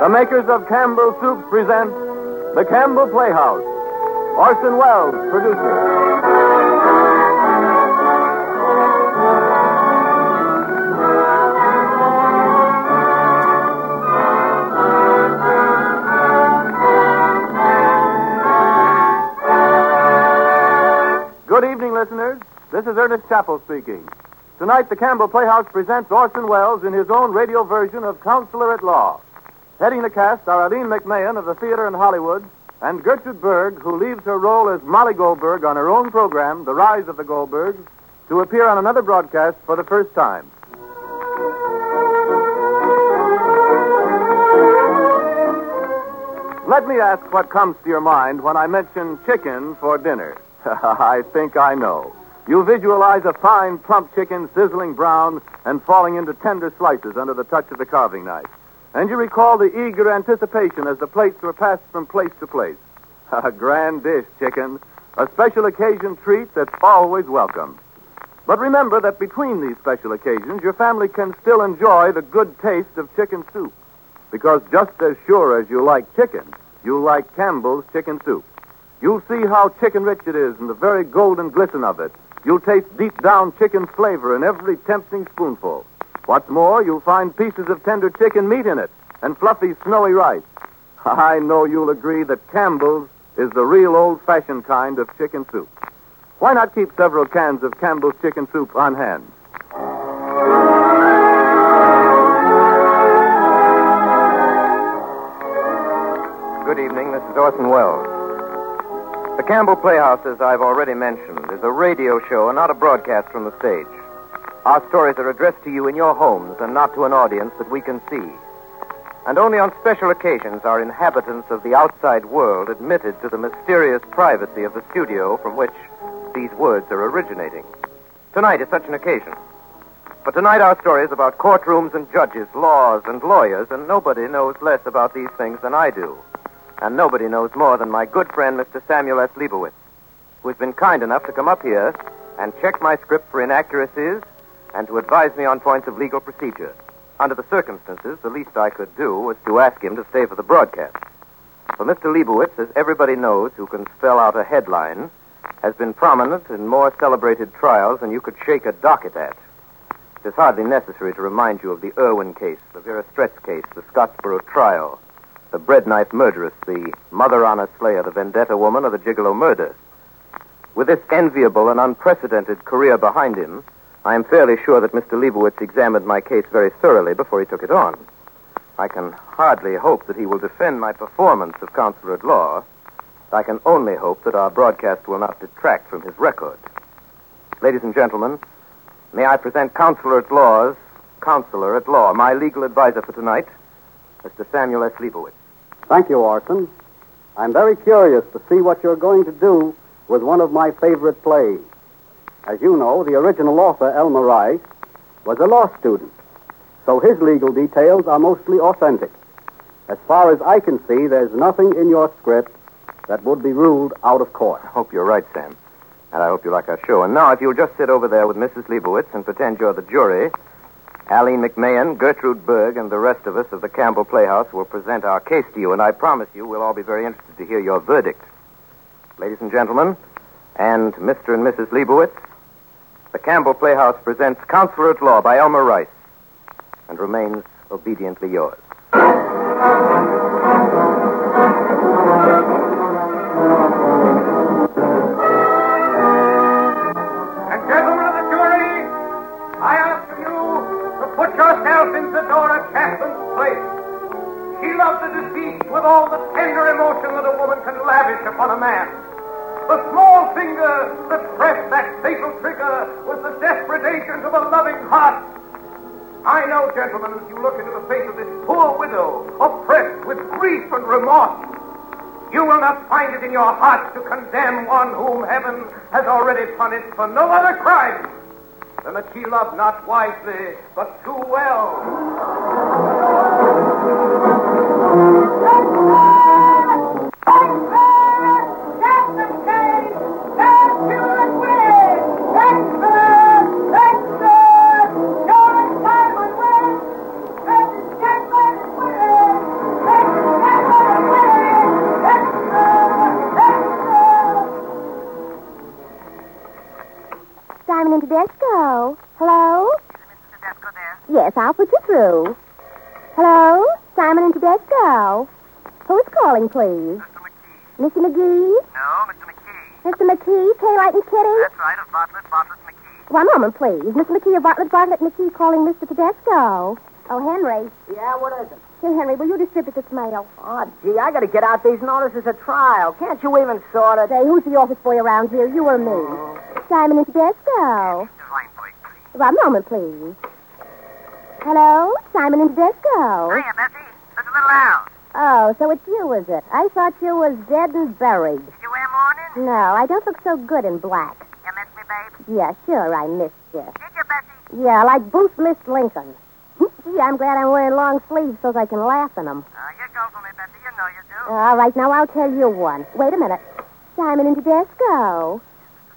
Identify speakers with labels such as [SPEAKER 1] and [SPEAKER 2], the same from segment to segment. [SPEAKER 1] The makers of Campbell Soups present The Campbell Playhouse. Orson Welles, producer. Good evening, listeners. This is Ernest Chappell speaking. Tonight, the Campbell Playhouse presents Orson Welles in his own radio version of Counselor at Law. Heading the cast are Eileen McMahon of the theater in Hollywood and Gertrude Berg, who leaves her role as Molly Goldberg on her own program, The Rise of the Goldbergs, to appear on another broadcast for the first time. Let me ask what comes to your mind when I mention chicken for dinner. I think I know. You visualize a fine, plump chicken sizzling brown and falling into tender slices under the touch of the carving knife. And you recall the eager anticipation as the plates were passed from place to place. A grand dish, chicken. A special occasion treat that's always welcome. But remember that between these special occasions, your family can still enjoy the good taste of chicken soup. Because just as sure as you like chicken, you like Campbell's chicken soup. You'll see how chicken rich it is and the very golden glisten of it. You'll taste deep down chicken flavor in every tempting spoonful. What's more, you'll find pieces of tender chicken meat in it and fluffy, snowy rice. I know you'll agree that Campbell's is the real old fashioned kind of chicken soup. Why not keep several cans of Campbell's chicken soup on hand?
[SPEAKER 2] Good evening. This is Orson Welles. The Campbell Playhouse, as I've already mentioned, is a radio show and not a broadcast from the stage. Our stories are addressed to you in your homes and not to an audience that we can see. And only on special occasions are inhabitants of the outside world admitted to the mysterious privacy of the studio from which these words are originating. Tonight is such an occasion. But tonight our story is about courtrooms and judges, laws and lawyers, and nobody knows less about these things than I do. And nobody knows more than my good friend, Mr. Samuel S. Leibowitz, who's been kind enough to come up here and check my script for inaccuracies and to advise me on points of legal procedure. Under the circumstances, the least I could do was to ask him to stay for the broadcast. For Mr. Leibowitz, as everybody knows who can spell out a headline, has been prominent in more celebrated trials than you could shake a docket at. It is hardly necessary to remind you of the Irwin case, the Vera Stretz case, the Scottsboro trial, the bread knife murderess, the mother honor slayer, the vendetta woman, or the gigolo murder. With this enviable and unprecedented career behind him, I am fairly sure that Mr. Leibowitz examined my case very thoroughly before he took it on. I can hardly hope that he will defend my performance of counselor at law. I can only hope that our broadcast will not detract from his record. Ladies and gentlemen, may I present counselor at law's counselor at law, my legal advisor for tonight, Mr. Samuel S. Leibowitz.
[SPEAKER 3] Thank you, Orson. I'm very curious to see what you're going to do with one of my favorite plays. As you know, the original author, Elmer Rice, was a law student, so his legal details are mostly authentic. As far as I can see, there's nothing in your script that would be ruled out of court.
[SPEAKER 2] I hope you're right, Sam. And I hope you like our show. And now, if you'll just sit over there with Mrs. Leibowitz and pretend you're the jury, Aline McMahon, Gertrude Berg, and the rest of us of the Campbell Playhouse will present our case to you, and I promise you we'll all be very interested to hear your verdict. Ladies and gentlemen, and Mr. and Mrs. Leibowitz, the Campbell Playhouse presents Counselor at Law by Elmer Rice and remains obediently yours.
[SPEAKER 4] And gentlemen of the jury, I ask you to put yourself in Sedora Chapman's place. She loved the deceased with all the tender emotion that a woman can lavish upon a man. The small finger that pressed that fatal trigger was the desperate agent of a loving heart. I know, gentlemen, as you look into the face of this poor widow, oppressed with grief and remorse, you will not find it in your hearts to condemn one whom heaven has already punished for no other crime than that she loved not wisely, but too well.
[SPEAKER 5] Thank
[SPEAKER 6] I'll put you through. Hello? Simon and Tedesco. Who's calling, please? Mr. McGee?
[SPEAKER 7] No, Mr. McKee.
[SPEAKER 6] Mr. McKee? K. Light and Kitty?
[SPEAKER 7] That's right, of Bartlett, Bartlett, McKee.
[SPEAKER 6] One moment, please. Miss McKee of Bartlett, Bartlett, McKee calling Mr. Tedesco. Oh, Henry.
[SPEAKER 8] Yeah, what is it?
[SPEAKER 6] Hey, Henry, will you distribute this mail?
[SPEAKER 8] Oh, gee, I gotta get out these notices of trial. Can't you even sort it? Oh.
[SPEAKER 6] Say, who's the office boy around here, you or me? Simon and Tedesco.
[SPEAKER 7] Mr. Weinberg, please.
[SPEAKER 6] One moment, please. Hello? Simon and Tedesco.
[SPEAKER 7] Hiya, Bessie. This is Little Al.
[SPEAKER 6] Oh, so it's you, is it? I thought you was dead and buried.
[SPEAKER 7] Did you wear mourning?
[SPEAKER 6] No, I don't look so good in black.
[SPEAKER 7] You missed me, babe?
[SPEAKER 6] Yeah, sure, I missed you.
[SPEAKER 7] Did you, Bessie?
[SPEAKER 6] Yeah, like Booth missed Lincoln. Gee, I'm glad I'm wearing long sleeves so that I can laugh in 'em.
[SPEAKER 7] Uh, you go for me, Bessie. You know you do.
[SPEAKER 6] All right, now I'll tell you one. Wait a minute. Simon and Tedesco.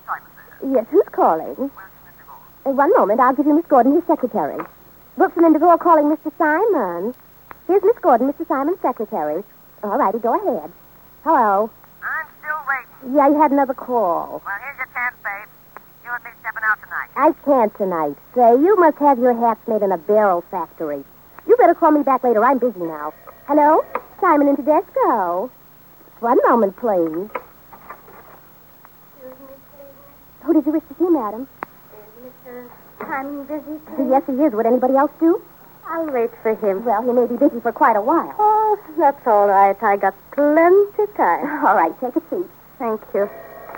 [SPEAKER 7] Simon there.
[SPEAKER 6] Yes, who's calling?
[SPEAKER 7] Wilson and DeVoe.
[SPEAKER 6] Uh, one moment, I'll give you Miss Gordon, his secretary. Wilson and DeVore calling Mr. Simon. Here's Miss Gordon, Mr. Simon's secretary. All righty, go ahead. Hello.
[SPEAKER 7] I'm still waiting.
[SPEAKER 6] Yeah, you had another call.
[SPEAKER 7] Well, here's your chance, babe. You and me stepping out tonight.
[SPEAKER 6] I can't tonight. Say, you must have your hats made in a barrel factory. You better call me back later. I'm busy now. Hello? Simon and Tedesco. One moment, please.
[SPEAKER 9] Excuse me, please.
[SPEAKER 6] Who did you wish to see, madam?
[SPEAKER 9] Is Mr. Simon busy, please?
[SPEAKER 6] Yes, he is. Would anybody else do?
[SPEAKER 9] I'll wait for him.
[SPEAKER 6] Well, he may be busy for quite a while.
[SPEAKER 9] Oh, that's all right. I got plenty time.
[SPEAKER 6] All right, take a seat.
[SPEAKER 9] Thank you.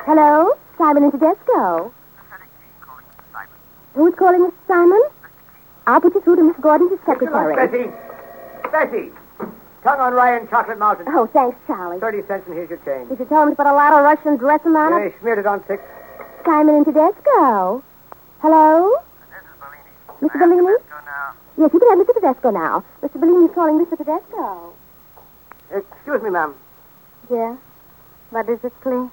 [SPEAKER 6] Hello? Simon and Tedesco.
[SPEAKER 7] Lieutenant King calling Mr. Simon.
[SPEAKER 6] Who's calling, Miss Simon? I'll put you through to Miss Gordon, his secretary.
[SPEAKER 10] Bessie. Bessie. Tongue on Ryan, Chocolate Mountain.
[SPEAKER 6] Oh, thanks, Charlie.
[SPEAKER 10] 30 cents and here's your change.
[SPEAKER 6] Did you tell him to put a lot of Russian dressing on it?
[SPEAKER 10] Yeah, he smeared it on six.
[SPEAKER 6] Simon and Tedesco. Hello?
[SPEAKER 7] This is Bellini.
[SPEAKER 6] Mr. Bellini?
[SPEAKER 7] Go now.
[SPEAKER 6] Yes, you can have Mr. Tedesco now. Mr. Bellini's calling Mr. Tedesco.
[SPEAKER 10] Excuse me, ma'am.
[SPEAKER 9] Yeah. What is it, please?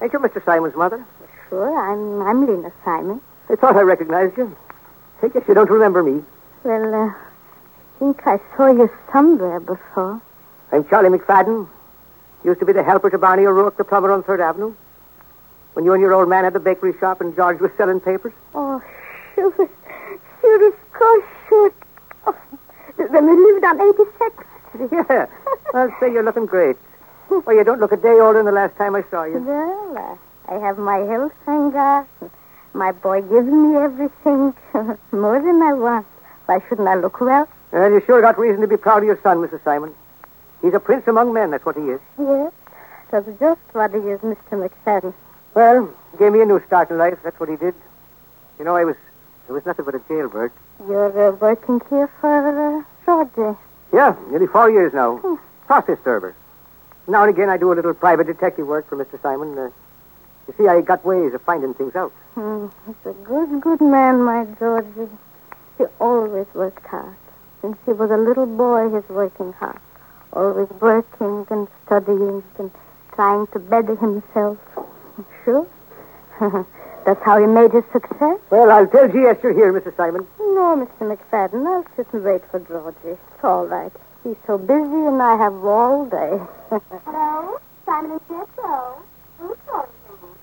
[SPEAKER 10] Ain't you Mr. Simon's mother?
[SPEAKER 9] Sure, I'm I'm Lena Simon.
[SPEAKER 10] I thought I recognized you. I guess you don't remember me.
[SPEAKER 9] Well, uh, think I saw you somewhere before.
[SPEAKER 10] I'm Charlie McFadden. Used to be the helper to Barney O'Rourke, the plumber on Third Avenue. When you and your old man had the bakery shop and George was selling papers.
[SPEAKER 9] Oh, sure. Sure, of course, sure. Oh, when we lived on 86th Street.
[SPEAKER 10] Yeah. I'll say you're looking great. Well, you don't look a day older than the last time I saw you.
[SPEAKER 9] Well, uh, I have my health and God. My boy gives me everything, more than I want. Why shouldn't I look well?
[SPEAKER 10] Well, you sure got reason to be proud of your son, Mrs. Simon. He's a prince among men, that's what he is.
[SPEAKER 9] Yes, that's just what it is, Mr. McFadden.
[SPEAKER 10] Well, gave me a new start in life. That's what he did. You know, I was I was nothing but a jailbird.
[SPEAKER 9] You're uh, working here for uh, Roger.
[SPEAKER 10] Yeah, nearly four Oh, years now. Process server. Now and again, I do a little private detective work for Mr. Simon. Uh, you see, I got ways of finding things out.
[SPEAKER 9] Hmm, he's a good, good man, my Georgie. He always worked hard. Since he was a little boy, he's working hard. Always working and studying and trying to better himself. Sure. That's how he made his success.
[SPEAKER 10] Well, I'll tell GS you're here, Mrs. Simon.
[SPEAKER 9] No, Mr. McFadden, I'll sit and wait for Georgie. It's all right. He's so busy and I have all day.
[SPEAKER 6] Hello? Simon and Tedesco. Who's calling, please?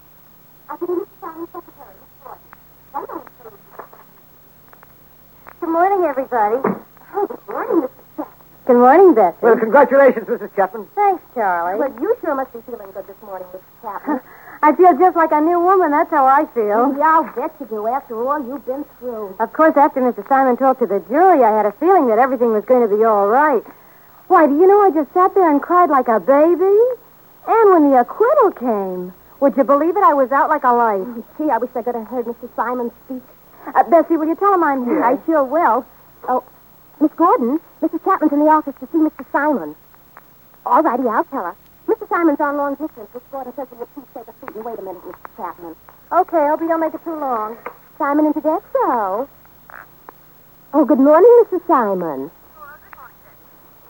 [SPEAKER 6] I'll give you Mr. Simon's secretary, Miss Gordon. One moment, please.
[SPEAKER 9] Good morning, everybody.
[SPEAKER 6] Oh, good morning, Mr. Jack.
[SPEAKER 9] Good morning, Betsy.
[SPEAKER 10] Well, congratulations, Mrs. Chapman.
[SPEAKER 9] Thanks, Charlie.
[SPEAKER 6] Well, you sure must be feeling good this morning, Miss Chapman.
[SPEAKER 9] I feel just like a new woman. That's how I feel.
[SPEAKER 6] Yeah, I'll bet you do. After all you've been through.
[SPEAKER 9] Of course, after Mr. Simon talked to the jury, I had a feeling that everything was going to be all right. Why, do you know I just sat there and cried like a baby? And when the uh, acquittal came, would you believe it? I was out like a light.
[SPEAKER 6] Oh, Gee, I wish I could have heard Mr. Simon speak.
[SPEAKER 9] Uh, Bessie, will you tell him I'm here?
[SPEAKER 6] I sure will. Oh, Miss Gordon, Mrs. Chapman's in the office to see Mr. Simon. All righty, I'll tell her. Mr. Simon's on long distance. Miss Gordon says will you please take a seat and wait a minute, Mr. Chapman.
[SPEAKER 9] Okay, hope you don't make it too long.
[SPEAKER 6] Simon and Tedesco. Oh, good morning, Mr. Simon.
[SPEAKER 7] Oh, good morning,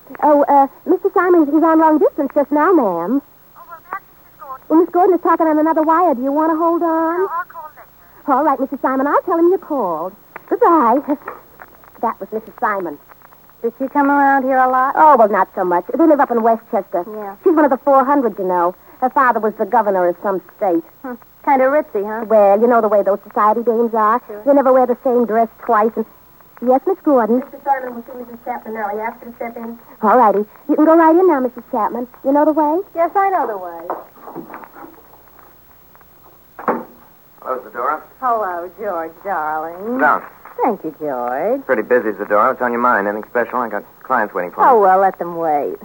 [SPEAKER 7] Bessie.
[SPEAKER 6] Oh, uh, Mr. Simon, he's on long distance just now, ma'am.
[SPEAKER 7] Oh, well, that's Mrs. Gordon.
[SPEAKER 6] Well, Miss Gordon is talking on another wire. Do you want to hold
[SPEAKER 7] Now,
[SPEAKER 6] on?
[SPEAKER 7] I'll call later.
[SPEAKER 6] All right, Mr. Simon, I'll tell him you called. Goodbye. That was Mrs. Simon.
[SPEAKER 9] Does she come around here a lot?
[SPEAKER 6] Oh, well, not so much. They live up in Westchester.
[SPEAKER 9] Yeah.
[SPEAKER 6] She's one of the 400, you know. Her father was the governor of some state.
[SPEAKER 9] Kind of ritzy, huh?
[SPEAKER 6] Well, you know the way those society dames are.
[SPEAKER 9] Sure.
[SPEAKER 6] They never wear the same dress twice, and
[SPEAKER 5] Yes, Miss Gordon.
[SPEAKER 6] Mr. Simon will see Mrs. Chapman now. You asked her to step in?
[SPEAKER 5] All righty. You can go right in now, Mrs. Chapman. You know the way?
[SPEAKER 6] Yes, I know the way.
[SPEAKER 2] Hello, Zadora.
[SPEAKER 11] Hello, George, darling.
[SPEAKER 2] Down.
[SPEAKER 11] Thank you, George.
[SPEAKER 2] Pretty busy, Zadora. What's on your mind? Anything special? I got clients waiting for me.
[SPEAKER 11] Oh, well, let them wait.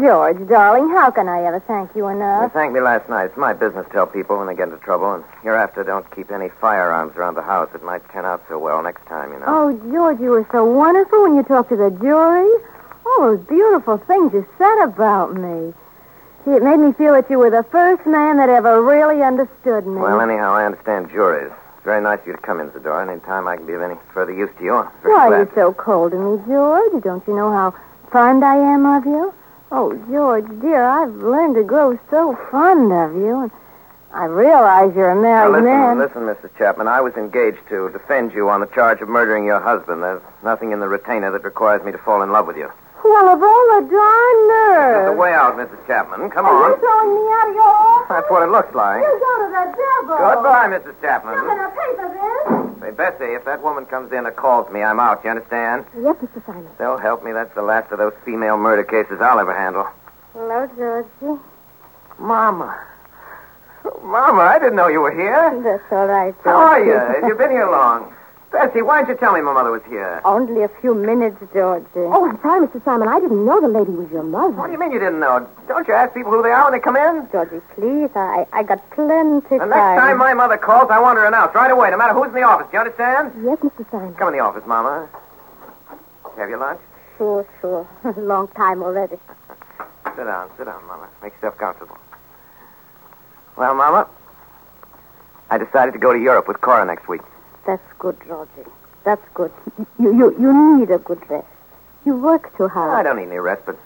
[SPEAKER 11] George, darling, how can I ever thank you
[SPEAKER 2] They
[SPEAKER 11] enough?
[SPEAKER 2] thanked me last night. It's my business to tell people when they get into trouble, and hereafter don't keep any firearms around the house. It might turn out so well next time, you know.
[SPEAKER 11] Oh, George, you were so wonderful when you talked to the jury. All those beautiful things you said about me. Gee, it made me feel that you were the first man that ever really understood me.
[SPEAKER 2] Well, anyhow, I understand juries. It's very nice of you to come in, Zadora. Any time I can be of any further use to you, I'm very
[SPEAKER 11] Why are
[SPEAKER 2] glad.
[SPEAKER 11] you so cold to me, George? Don't you know how fond I am of you? Oh, George, dear, I've learned to grow so fond of you. And I realize you're a
[SPEAKER 2] Now,
[SPEAKER 11] married
[SPEAKER 2] listen,
[SPEAKER 11] man.
[SPEAKER 2] listen, Mrs. Chapman. I was engaged to defend you on the charge of murdering your husband. There's nothing in the retainer that requires me to fall in love with you.
[SPEAKER 11] Well, of all the darn
[SPEAKER 2] There's a
[SPEAKER 11] nerves.
[SPEAKER 2] way out, Mrs. Chapman. Come
[SPEAKER 11] Are you
[SPEAKER 2] on.
[SPEAKER 11] throwing me out of your office?
[SPEAKER 2] That's what it looks like.
[SPEAKER 11] You go to the devil.
[SPEAKER 2] Goodbye, Mrs.
[SPEAKER 11] You're
[SPEAKER 2] Chapman.
[SPEAKER 11] going to pay for this.
[SPEAKER 2] Say, Bessie, if that woman comes in and calls me, I'm out. You understand?
[SPEAKER 5] Yes, Mr. Simon.
[SPEAKER 2] So help me, that's the last of those female murder cases I'll ever handle.
[SPEAKER 9] Hello, Georgie.
[SPEAKER 2] Mama. Mama, I didn't know you were here.
[SPEAKER 9] Oh, That's all right, Georgie.
[SPEAKER 2] How are you? Have you been here long? Bessie, why didn't you tell me my mother was here?
[SPEAKER 9] Only a few minutes, Georgie.
[SPEAKER 5] Oh, I'm sorry, Mr. Simon. I didn't know the lady was your
[SPEAKER 2] What do
[SPEAKER 5] mother.
[SPEAKER 2] you mean you didn't know? Don't you ask people who they are when they come in?
[SPEAKER 9] Georgie, please. I, I got plenty
[SPEAKER 2] The
[SPEAKER 9] time.
[SPEAKER 2] next time my mother calls, I want her announced right away, no matter who's in the office. Do you understand?
[SPEAKER 5] Yes, Mr. Simon.
[SPEAKER 2] Come in the office, Mama. Have your lunch?
[SPEAKER 9] Sure, sure. Long time already.
[SPEAKER 2] Sit down, sit down, Mama. Make yourself comfortable. Well, Mama, I decided to go to Europe with Cora next week.
[SPEAKER 9] That's good, Georgie. That's good. You, you, you need a good rest. You work too
[SPEAKER 2] I
[SPEAKER 9] hard.
[SPEAKER 2] don't need any rest, but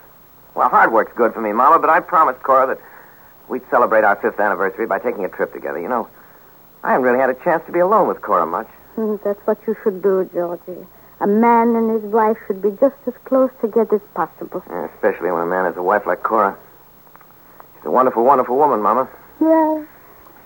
[SPEAKER 2] well, hard work's good for me, Mama. But I promised Cora that we'd celebrate our fifth anniversary by taking a trip together. You know, I haven't really had a chance to be alone with Cora much.
[SPEAKER 9] Hmm, That's what you should do, Georgie. A man and his wife should be just as close together as possible.
[SPEAKER 2] Yeah, especially when a man has a wife like Cora. She's a wonderful, wonderful woman, Mama.
[SPEAKER 9] Yeah.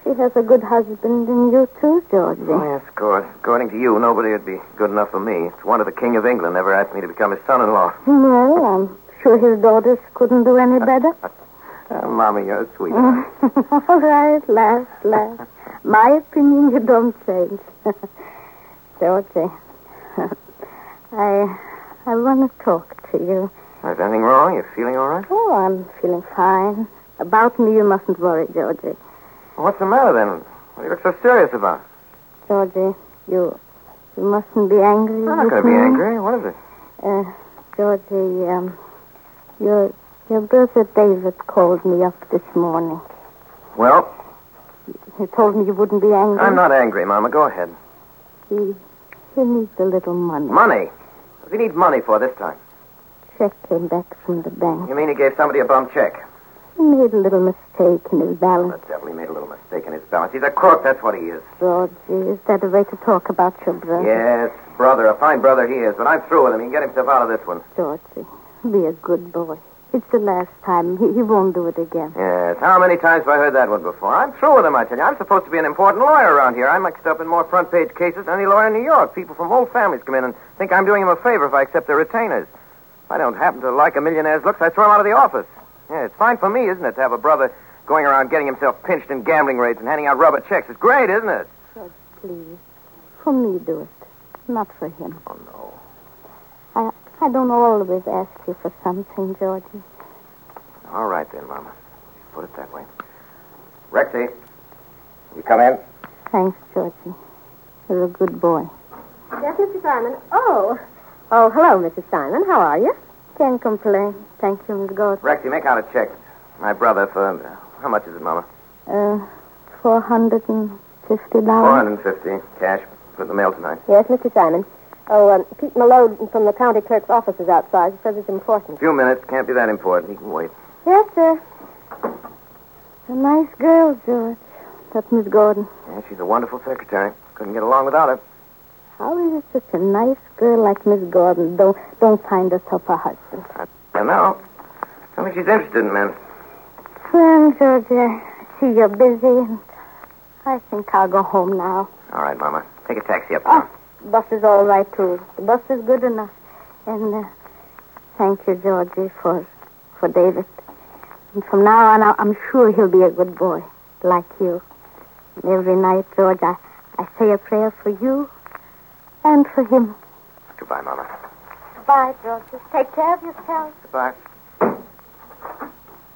[SPEAKER 9] She has a good husband and you too, Georgie.
[SPEAKER 2] Oh, yes, of course. According to you, nobody would be good enough for me. It's wonder the King of England ever asked me to become his son-in-law.
[SPEAKER 9] Well, I'm sure his daughters couldn't do any better.
[SPEAKER 2] Oh, Mama, you're a sweetheart.
[SPEAKER 9] All right, laugh, laugh. My opinion, you don't change. Georgie, I, I want to talk to you.
[SPEAKER 2] Mm. Is anything wrong? You feeling all right?
[SPEAKER 9] Oh, I'm feeling fine. About me, you mustn't worry, Georgie.
[SPEAKER 2] What's the matter, then? What do you look so serious about?
[SPEAKER 9] Georgie, you, you mustn't be angry.
[SPEAKER 2] I'm not
[SPEAKER 9] with
[SPEAKER 2] going to be
[SPEAKER 9] me.
[SPEAKER 2] angry. What is it?
[SPEAKER 9] Uh, Georgie, um, your, your brother David called me up this morning.
[SPEAKER 2] Well,
[SPEAKER 9] He told me you wouldn't be angry.
[SPEAKER 2] I'm not angry, Mama. Go ahead.
[SPEAKER 9] He, he needs a little money.
[SPEAKER 2] Money. What do you need money for this time?
[SPEAKER 9] check came back from the bank.
[SPEAKER 2] You mean he gave somebody a bum check?
[SPEAKER 9] He made a little mistake in his
[SPEAKER 2] The
[SPEAKER 9] balance,
[SPEAKER 2] devil, he made a little mistake in his balance. He's a crook, that's what he is.
[SPEAKER 9] Georgie. Is that a way to talk about your brother,
[SPEAKER 2] Yes, brother, a fine brother he is, but I'm through with him. He can get himself out of this one.
[SPEAKER 9] Georgie? Be a good boy. It's the last time. He, he won't do it again.
[SPEAKER 2] Yes, how many times have I heard that one before? I'm through with him, I tell you. I'm supposed to be an important lawyer around here. I'm mixed up in more front page cases than any lawyer in New York. People from whole families come in and think I'm doing him a favor if I accept their retainers. If I don't happen to like a millionaire's looks, I throw him out of the office. Yeah, it's fine for me, isn't it, to have a brother going around getting himself pinched in gambling raids and handing out rubber checks. It's great, isn't it?
[SPEAKER 9] Please. For me, do it. Not for him.
[SPEAKER 2] Oh, no.
[SPEAKER 9] I, I don't always ask you for something, Georgie.
[SPEAKER 2] All right, then, Mama. Put it that way. Rexy, you come in?
[SPEAKER 9] Thanks, Georgie. You're a good boy.
[SPEAKER 5] Yes, Mr. Simon. Oh. Oh, hello, Mrs. Simon. How are you?
[SPEAKER 9] Can't complain. Thank you, Miss God.
[SPEAKER 2] Rexy, make out a check. My brother for... How much is it, Mama?
[SPEAKER 9] Uh, four hundred and fifty
[SPEAKER 2] Four
[SPEAKER 9] dollars.
[SPEAKER 2] hundred and fifty cash. Put in the mail tonight.
[SPEAKER 5] Yes, Mr. Simon. Oh, um, Pete Malone from the county clerk's office is outside. He says it's important.
[SPEAKER 2] Few minutes. Can't be that important. He can wait.
[SPEAKER 5] Yes, sir.
[SPEAKER 9] A nice girl, George. That Miss Gordon.
[SPEAKER 2] Yeah, she's a wonderful secretary. Couldn't get along without her.
[SPEAKER 9] How is it such a nice girl like Miss Gordon don't don't find herself a husband?
[SPEAKER 2] And now, I think she's interested in men.
[SPEAKER 9] Well, George, I see you're busy, and I think I'll go home now.
[SPEAKER 2] All right, Mama. Take a taxi up town.
[SPEAKER 9] bus is all right, too. The bus is good enough. And uh, thank you, Georgie, for, for David. And from now on, I- I'm sure he'll be a good boy, like you. And every night, George, I, I say a prayer for you and for him.
[SPEAKER 2] Goodbye, Mama.
[SPEAKER 9] Bye, Georgie. Take care of yourself.
[SPEAKER 2] Goodbye.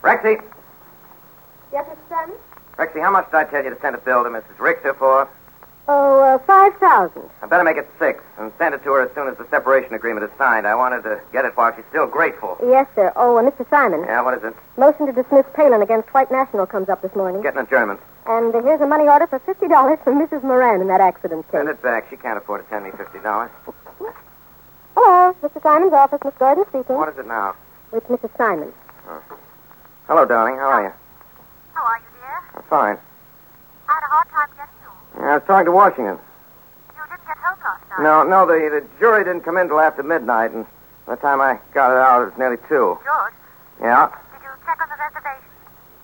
[SPEAKER 2] Rexy,
[SPEAKER 6] Yes, Mr. Stanton?
[SPEAKER 2] Rexy, how much did I tell you to send a bill to Mrs. Richter for?
[SPEAKER 11] Oh, uh, 5000
[SPEAKER 2] I better make it six and send it to her as soon as the separation agreement is signed. I wanted to get it while she's still grateful.
[SPEAKER 5] Yes, sir. Oh, and Mr. Simon.
[SPEAKER 2] Yeah, what is it?
[SPEAKER 5] Motion to dismiss Palin against White National comes up this morning.
[SPEAKER 2] Get an adjournment.
[SPEAKER 5] And uh, here's a money order for $50 for Mrs. Moran in that accident
[SPEAKER 2] Send
[SPEAKER 5] case.
[SPEAKER 2] it back. She can't afford to send me fifty dollars.
[SPEAKER 5] Hello, Mr. Simon's office. Miss Gordon speaking.
[SPEAKER 2] What is it now?
[SPEAKER 5] With Mrs. Simon.
[SPEAKER 2] Uh, Hello, darling. How are you?
[SPEAKER 6] How are you, dear?
[SPEAKER 2] I'm fine.
[SPEAKER 6] I had a hard time getting you.
[SPEAKER 2] Yeah, I was talking to Washington.
[SPEAKER 6] You didn't get home last night.
[SPEAKER 2] No, no, the, the jury didn't come in till after midnight, and by the time I got it out, it was nearly two.
[SPEAKER 6] George,
[SPEAKER 2] Yeah.
[SPEAKER 6] did you check on the reservation?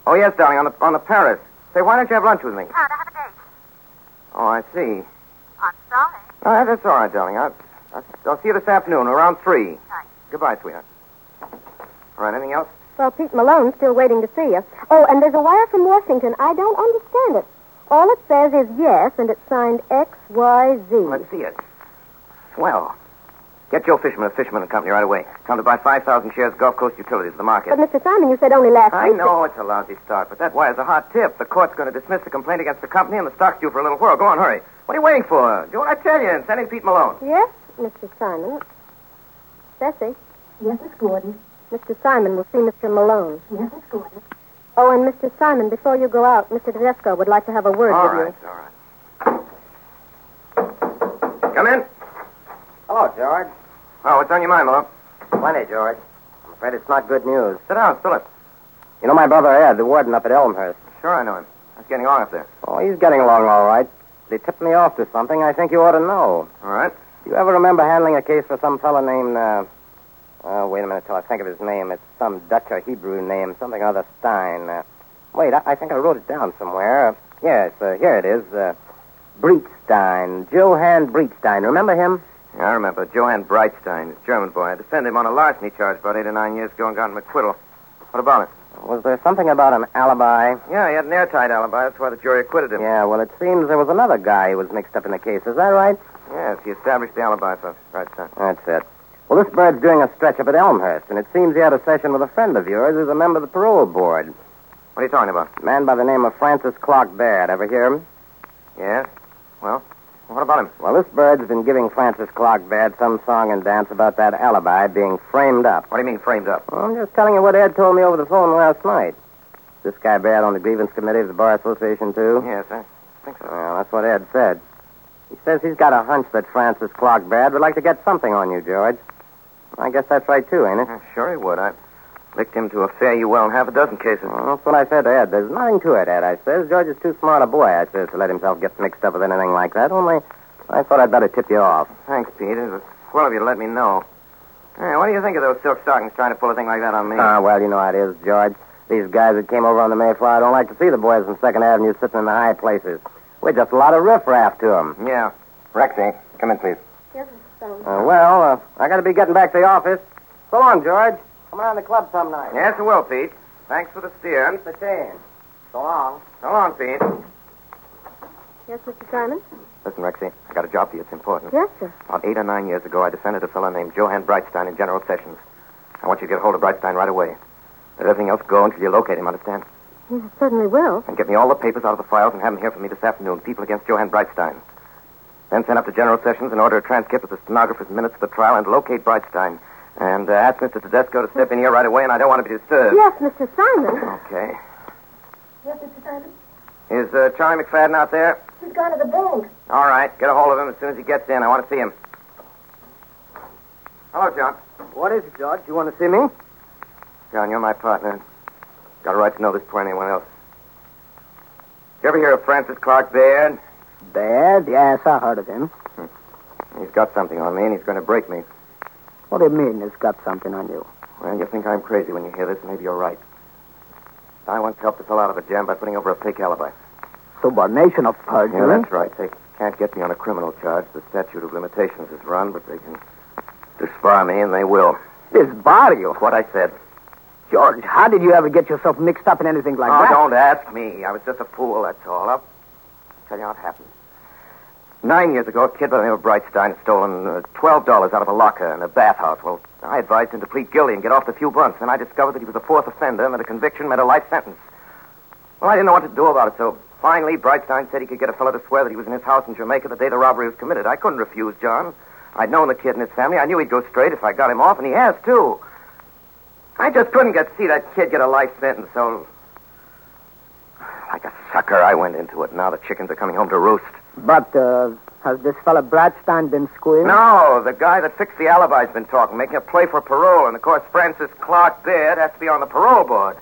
[SPEAKER 2] Oh yes, darling, on the on the Paris. Say, why don't you have lunch with me?
[SPEAKER 6] Can't I have a date?
[SPEAKER 2] Oh, I see.
[SPEAKER 6] I'm sorry.
[SPEAKER 2] All right, that's all right, darling. I'll, I'll, I'll see you this afternoon around three. Goodbye, sweetheart. All right, anything else?
[SPEAKER 5] Well, Pete Malone's still waiting to see you. Oh, and there's a wire from Washington. I don't understand it. All it says is yes, and it's signed XYZ.
[SPEAKER 2] Let's see it. Swell. Get Joe Fisherman of Fisherman and Company right away. Come to buy 5,000 shares of Gulf Coast Utilities, the market.
[SPEAKER 5] But, Mr. Simon, you said only last
[SPEAKER 2] I
[SPEAKER 5] week.
[SPEAKER 2] know it's a lousy start, but that wire's a hot tip. The court's going to dismiss the complaint against the company, and the stock's due for a little whirl. Go on, hurry. What are you waiting for? Do what I tell you and send in Pete Malone.
[SPEAKER 5] Yes, Mr. Simon. Bessie,
[SPEAKER 6] Yes, Miss Gordon.
[SPEAKER 5] Mr. Simon will see Mr. Malone.
[SPEAKER 6] Yes, Miss Gordon.
[SPEAKER 5] Oh, and Mr. Simon, before you go out, Mr. Tedesco would like to have a word
[SPEAKER 2] All
[SPEAKER 5] with
[SPEAKER 2] right, all right. Come in.
[SPEAKER 8] Hello, George.
[SPEAKER 2] Oh, what's on your mind, Malone?
[SPEAKER 8] Plenty, George. I'm afraid it's not good news.
[SPEAKER 2] Sit down, spill it.
[SPEAKER 8] You know my brother Ed, the warden up at Elmhurst.
[SPEAKER 2] Sure, I know him. It's getting on up there.
[SPEAKER 8] Oh, he's getting along all right. But he tipped me off to something I think you ought to know.
[SPEAKER 2] All right.
[SPEAKER 8] You ever remember handling a case for some fellow named, uh... Oh, wait a minute till I think of his name. It's some Dutch or Hebrew name, something or other Stein. Uh, wait, I, I think I wrote it down somewhere. Uh, yes, uh, here it is. Uh, Breitstein. Johann Breitstein. Remember him?
[SPEAKER 2] Yeah, I remember. Johann Breitstein, a German boy. I defended him on a larceny charge about eight or nine years ago and got him acquittal. What about it?
[SPEAKER 8] Was there something about an alibi?
[SPEAKER 2] Yeah, he had an airtight alibi. That's why the jury acquitted him.
[SPEAKER 8] Yeah, well, it seems there was another guy who was mixed up in the case. Is that right?
[SPEAKER 2] Yes, he established the alibi for Breitstein.
[SPEAKER 8] That's it. Well, this bird's doing a stretch up at Elmhurst, and it seems he had a session with a friend of yours who's a member of the parole board.
[SPEAKER 2] What are you talking about?
[SPEAKER 8] A man by the name of Francis Clark Baird. Ever hear him?
[SPEAKER 2] Yes. Well, what about him?
[SPEAKER 8] Well, this bird's been giving Francis Clark Baird some song and dance about that alibi being framed up.
[SPEAKER 2] What do you mean framed up?
[SPEAKER 8] Well, I'm just telling you what Ed told me over the phone last night. This guy Baird on the grievance committee of the Bar Association, too?
[SPEAKER 2] Yes, I think so.
[SPEAKER 8] Well, that's what Ed said. He says he's got a hunch that Francis Clark Baird would like to get something on you, George. I guess that's right, too, ain't it?
[SPEAKER 2] Yeah, sure he would. I licked him to a fare you well in half a dozen cases.
[SPEAKER 8] Well, that's what I said to Ed. There's nothing to it, Ed, I says. George is too smart a boy, I says, to let himself get mixed up with anything like that. Only, I thought I'd better tip you off.
[SPEAKER 2] Thanks, Pete. It was swell of you to let me know. Hey, what do you think of those silk stockings trying to pull a thing like that on me?
[SPEAKER 8] Ah, well, you know how it is, George. These guys that came over on the Mayflower don't like to see the boys from Second Avenue sitting in the high places. We're just a lot of riffraff to them.
[SPEAKER 2] yeah.
[SPEAKER 8] Rexy, come in, please.
[SPEAKER 6] Yes, Mr. Stone.
[SPEAKER 8] Uh, well, uh, I got to be getting back to the office. So long, George. Come around the club some night.
[SPEAKER 2] Yes, it will, Pete. Thanks for the steer.
[SPEAKER 8] Keep the change. So long.
[SPEAKER 2] So long, Pete.
[SPEAKER 5] Yes, Mr. Simon?
[SPEAKER 2] Listen, Rexy, I got a job for you. It's important.
[SPEAKER 5] Yes, sir.
[SPEAKER 2] About eight or nine years ago, I defended a fellow named Johann Breitstein in General Sessions. I want you to get hold of Breitstein right away. Let everything else go until you locate him, understand?
[SPEAKER 5] Yes, I certainly will.
[SPEAKER 2] And get me all the papers out of the files and have them here for me this afternoon. People against Johann Breitstein. Then send up to General Sessions and order a transcript of the stenographer's minutes of the trial and locate Breitstein. And uh, ask Mr. Tedesco to step in here right away, and I don't want to be disturbed.
[SPEAKER 5] Yes, Mr. Simon.
[SPEAKER 2] Okay.
[SPEAKER 6] Yes, Mr. Simon.
[SPEAKER 2] Is uh, Charlie McFadden out there?
[SPEAKER 6] She's gone to the bank.
[SPEAKER 2] All right. Get a hold of him as soon as he gets in. I want to see him. Hello, John.
[SPEAKER 8] What is it, George? You want to see me?
[SPEAKER 2] John, you're my partner. Got a right to know this before anyone else. You ever hear of Francis Clark Baird?
[SPEAKER 8] Bad? Yes, I heard of him.
[SPEAKER 2] He's got something on me, and he's going to break me.
[SPEAKER 8] What do you mean it's got something on you?
[SPEAKER 2] Well, you think I'm crazy when you hear this. Maybe you're right. I once helped a fellow out of a jam by putting over a fake alibi.
[SPEAKER 8] Subordination of perjury?
[SPEAKER 2] Yeah, that's right. They can't get me on a criminal charge. The statute of limitations is run, but they can disbar me, and they will.
[SPEAKER 10] Disbar you?
[SPEAKER 2] What I said.
[SPEAKER 10] George, how did you ever get yourself mixed up in anything like
[SPEAKER 2] oh,
[SPEAKER 10] that?
[SPEAKER 2] don't ask me. I was just a fool, that's all. I'll tell you how it happened. Nine years ago, a kid by the name of Brightstein had stolen uh, $12 out of a locker in a bathhouse. Well, I advised him to plead guilty and get off the few bunts. Then I discovered that he was a fourth offender and that a conviction meant a life sentence. Well, I didn't know what to do about it, so finally Brightstein said he could get a fellow to swear that he was in his house in Jamaica the day the robbery was committed. I couldn't refuse John. I'd known the kid and his family. I knew he'd go straight if I got him off, and he has, too. I just couldn't get see that kid get a life sentence, so like a sucker, I went into it. Now the chickens are coming home to roost.
[SPEAKER 10] But uh, has this fellow Bradstein been squealed?
[SPEAKER 2] No, Oh, the guy that fixed the alibi's been talking, making a play for parole, and of course Francis Clark Beard has to be on the parole board.